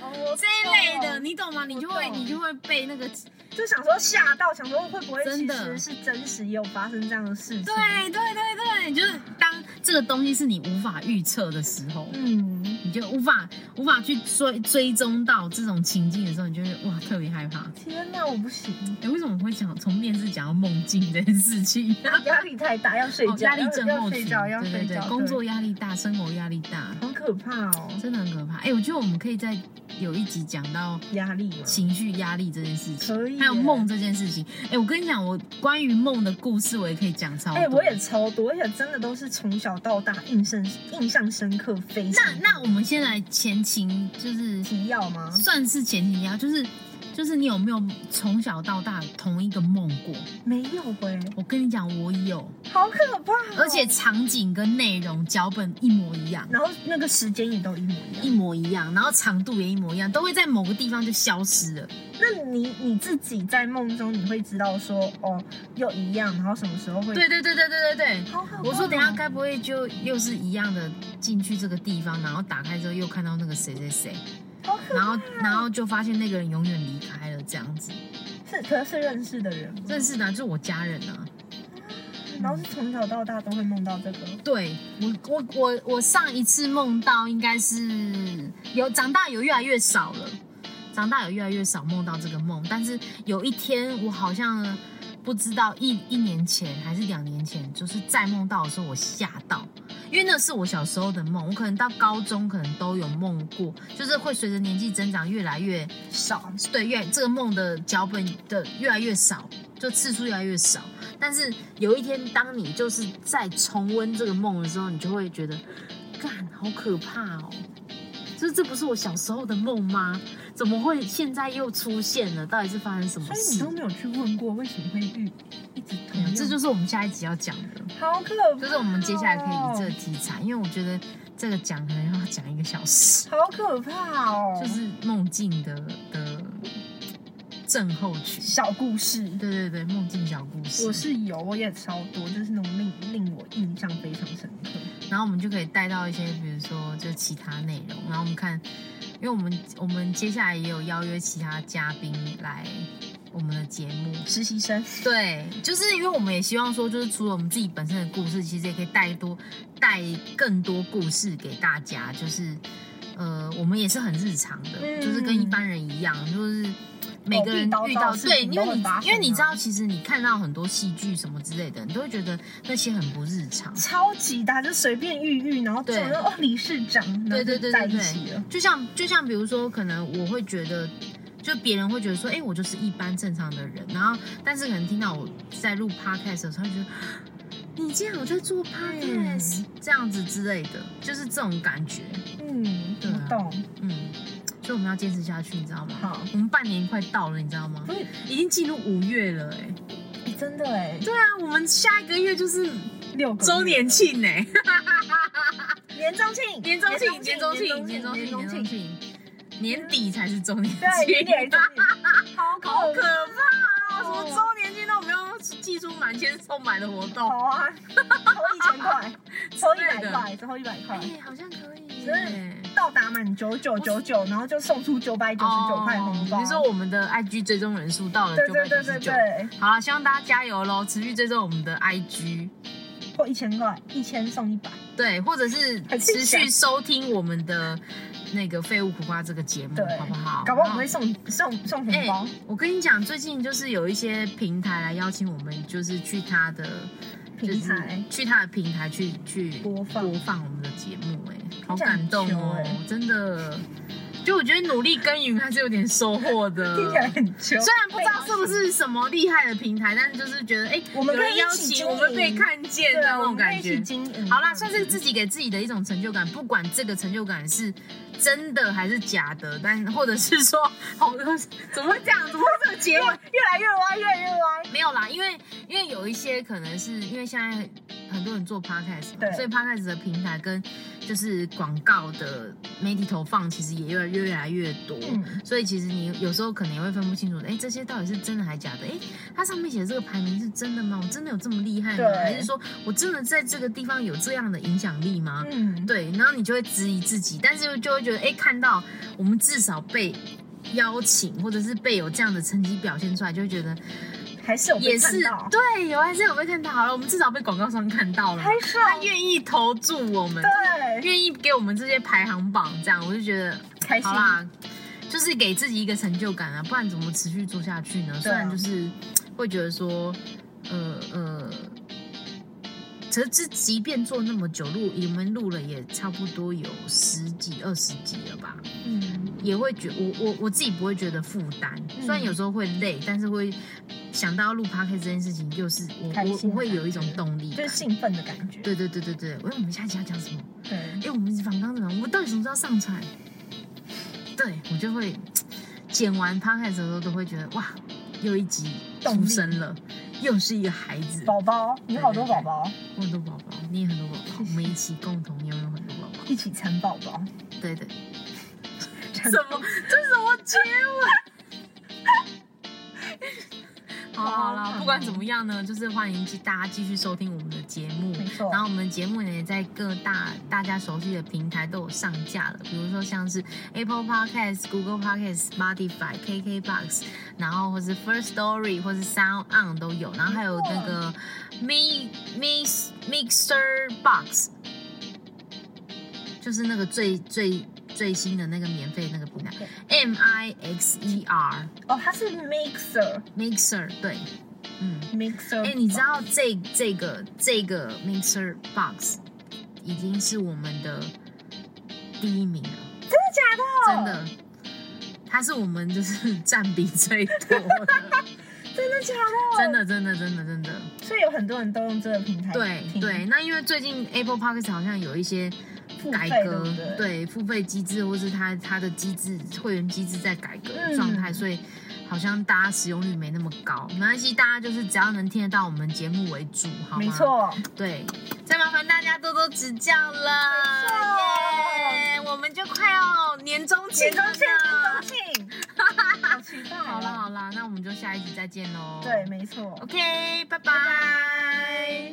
哦我
这一类的，
懂
你懂吗？你就
我
会
懂
你就会被那个
就想说吓到，想说会不会
真
其
的
实是真实也有发生这样的事情，
对对对对，就是当这个东西是你无法预测的时候。
嗯，
你就无法无法去追追踪到这种情境的时候，你就会哇特别害怕。
天哪，我不行，
哎、为什么会讲从面试讲到梦境这件事情？
压力太大，要睡
哦，
觉，
压力症
要
候
睡
群，
觉，要
对对
睡
对
觉，，
工作压力大，生活压力大，
好可怕哦，
真的很可怕。哎、我觉得我们可以再有一集讲到
压力嘛，
情绪压力这件事情，
可以耶
还有梦这件事情。哎、我跟你讲，我关于梦的故事我也可以讲超多。
哎、我也超多，而且真的都是从小到大印象印象深刻，非常
那那我们先来前情，就是
提要吗？
算是前情提要，就是就是你有没有从小到大同一个梦过？
没有哎、
我跟你讲，我有，
好可怕、哦，
欸而且场景跟内容脚本一模一样。
然后那个时间也都一模一样。
一模一样，然后长度也一模一样，都会在某个地方就消失了。
那你你自己在梦中你会知道说哦又一样，然后什么时候会？
对，对对对对对对。
好可怕哦
我说等一下该不会就又是一样的进去这个地方，然后打开之后又看到那个谁谁谁，
好可
然后然后就发现那个人永远离开了这样子。
是可是认识的人吗，
认识的啊、就是我家人啊。
然后是从小到大都会梦到这个。
对我我我我上一次梦到应该是有长大有越来越少了，长大有越来越少梦到这个梦，但是有一天我好像不知道一一年前还是两年前，就是再梦到的时候我吓到，因为那是我小时候的梦，我可能到高中可能都有梦过，就是会随着年纪增长越来越
少，
对，越这个梦的脚本的越来越少，就次数越来越少。但是有一天，当你就是在重温这个梦的时候，你就会觉得，干，好可怕哦！就是这不是我小时候的梦吗？怎么会现在又出现了？嗯到底是发生什么
所以你
事
都？没有去问过为什么会遇一直同
没有
样，
这就是我们下一集要讲的，
好可怕、哦
就是我们接下来可以以这个题材，因为我觉得这个讲可能要讲一个小时，
好可怕哦，
就是梦境的的症候群。
小故事。
对对对，梦境小故事。
我是有，我也超多，就是那种令令我印象非常深刻。
然后我们就可以带到一些，比如说就其他内容，然后我们看，因为我们我们接下来也有邀约其他嘉宾来我们的节目，
实习生，
对，就是因为我们也希望说，就是除了我们自己本身的故事，其实也可以带多带更多故事给大家，就是呃，我们也是很日常的，
嗯
就是跟一般人一样，就是。每个人
狗屁
遇
叨叨
到
的事
对，
情
因为
都会
你
发生
因为你
啊
知道，其实你看到很多戏剧什么之类的，你都会觉得那些很不日常。
超级大，就随便遇遇，然后就
对
哦理事长，然
对
后
对
就
对
在
对
一
对
起了。
就像就像比如说，可能我会觉得，就别人会觉得说，哎、我就是一般正常的人，然后但是可能听到我在录 podcast 的时候，他就觉得你这样我就做 podcast、这样子之类的，就是这种感觉，
嗯，
对啊
我懂。
嗯，所以我们要坚持下去，你知道吗？
好，
我们半年快到了，你知道吗
不？是，
已经进入五月了、哎，
哎真的哎，
对啊，我们下一个月就是
六个
周年庆呢、
年终庆，
年终庆，年终庆，
年
年
终
终庆，年终
庆，年终庆，
庆，年底才是周年
对，
庆
年，底终庆，好
(laughs) 好可
可
怕哦！什么
哦
周年庆都没有寄出满千送满的活
怕，
动，
好啊，抽一千块，抽一
之类
百
的
块，抽一百块，
哎，好像可以
真
耶。
到达满九九九九，然后就送出九百九十九块红包。
比如说我们的 IG 追踪人数到了
对
九
哦对
百
对
九
对
十九，
对，
好了，希望大家加油喽，持续追踪我们的 IG，
或一千块，一千送一百。
对，或者是
很欣
持
赏
续收听我们的那个废物苦瓜这个节目
对，
好不好？
搞不好我们会送送送红
哎、
包。
我跟你讲，最近就是有一些平台来邀请我们，就是去他的
平
就
台
是去他的平台去去
播放
播放我们的节目、哎，好
听起来很
感动哦、
糗哎
真的。就我觉得努力耕耘还是有点收获的，
听起来很穷，
虽然不知道是不是什么厉害的平台，但就是觉得哎、
我们
有人
可以一
邀
起经
请，
营
我们被看见的
对，
那
我
种
们可以
感
一起
觉。
经营。
好啦，算是自己给自己的一种成就感，不管这个成就感是真的还是假的，但或者是说， (laughs) 好，怎么会这样？怎么会这个结
越
尾？
越来越歪，越来越歪。
没有啦，因为因为有一些可能是因为现在很多人做 podcast，嘛
对
所以 podcast 的平台跟就是广告的媒体投放，其实也越来越来越多。
嗯
所以其实你有时候可能也会分不清楚，哎，这些到底是真的还假的？哎，它上面写的这个排名是真的吗？我真的有这么厉害吗
对？
还是说我真的在这个地方有这样的影响力吗？
嗯，
对，然后你就会质疑自己，但是就会觉得，哎，看到我们至少被邀请，或者是被有这样的成绩表现出来，就会觉得
还是有被
也是
看到，
对，有还是有被看到。好了，我们至少被广告商看到了，
还是
他愿意投注我们，
对
愿意给我们这些排行榜，这样我就觉得
开心
好。啦，就是给自己一个成就感啊，不然怎么持续做下去呢？
啊
虽然就是会觉得说，呃呃。其实，这即便做那么久，录你们录了也差不多有十几、二十集了吧？
嗯，
也会觉我我我自己不会觉得负担，
嗯
虽然有时候会累，但是会想到要录 p o d c a s t 这件事情，就是我
开心的啊
我我会有一种动力
就
感
是。兴奋的感觉。
对对对对对，喂，我们下一集要讲什么？
对
哎，我们访刚怎么样？我们到底什么时候要上传？对我就会剪完 p o d c a s t 的时候，都会觉得哇，又一集
动力
出生了，又是一个孩子，
宝宝，你好多宝宝，
我很多宝宝，你也很多宝宝，我们一起共同拥有很多宝宝。
一起产宝宝。
对对，
什
什么？这什么结尾？ (laughs) 好好啦，不管怎么样呢，就是欢迎大家继续收听我们的节目。
没错
然后我们节目呢，也在各大大家熟悉的平台都有上架了，比如说像是 Apple Podcast、Google Podcast、Spotify、KKBox，然后或是 First Story 或是 Sound On 都有，然后还有那个 Mi Mix Mixer Box，就是那个最最最新的那个免费那个平台，M I X E R
哦，它是 mixer，mixer
Mixer，对，嗯，。哎、
哎
你知？道这这个这个 Mixer Box 已经是我们的第一名了，真的。它是我们就是 (laughs) 占比最多的，
真的假的？
真。的真的真的真的，
所以有很多人都用这个平台
对
听
对。那因为最近 Apple Podcast 好像有一些
付费
改
对
革
不对，
对付费机制或是它它的机制会员机制在改革的状态，
嗯
所以好像大家使用率没那么高。没关系，大家就是只要能听得到我们节目为主，好吗？
没，错，
对，再麻烦大家多多指教了。耶，我们就快要年终庆
年终庆，
了
年
呢。
终
(laughs)
庆，好期待哦。
好啦好啦，那我们就下一集再见喽。
对，没错。
，OK，拜拜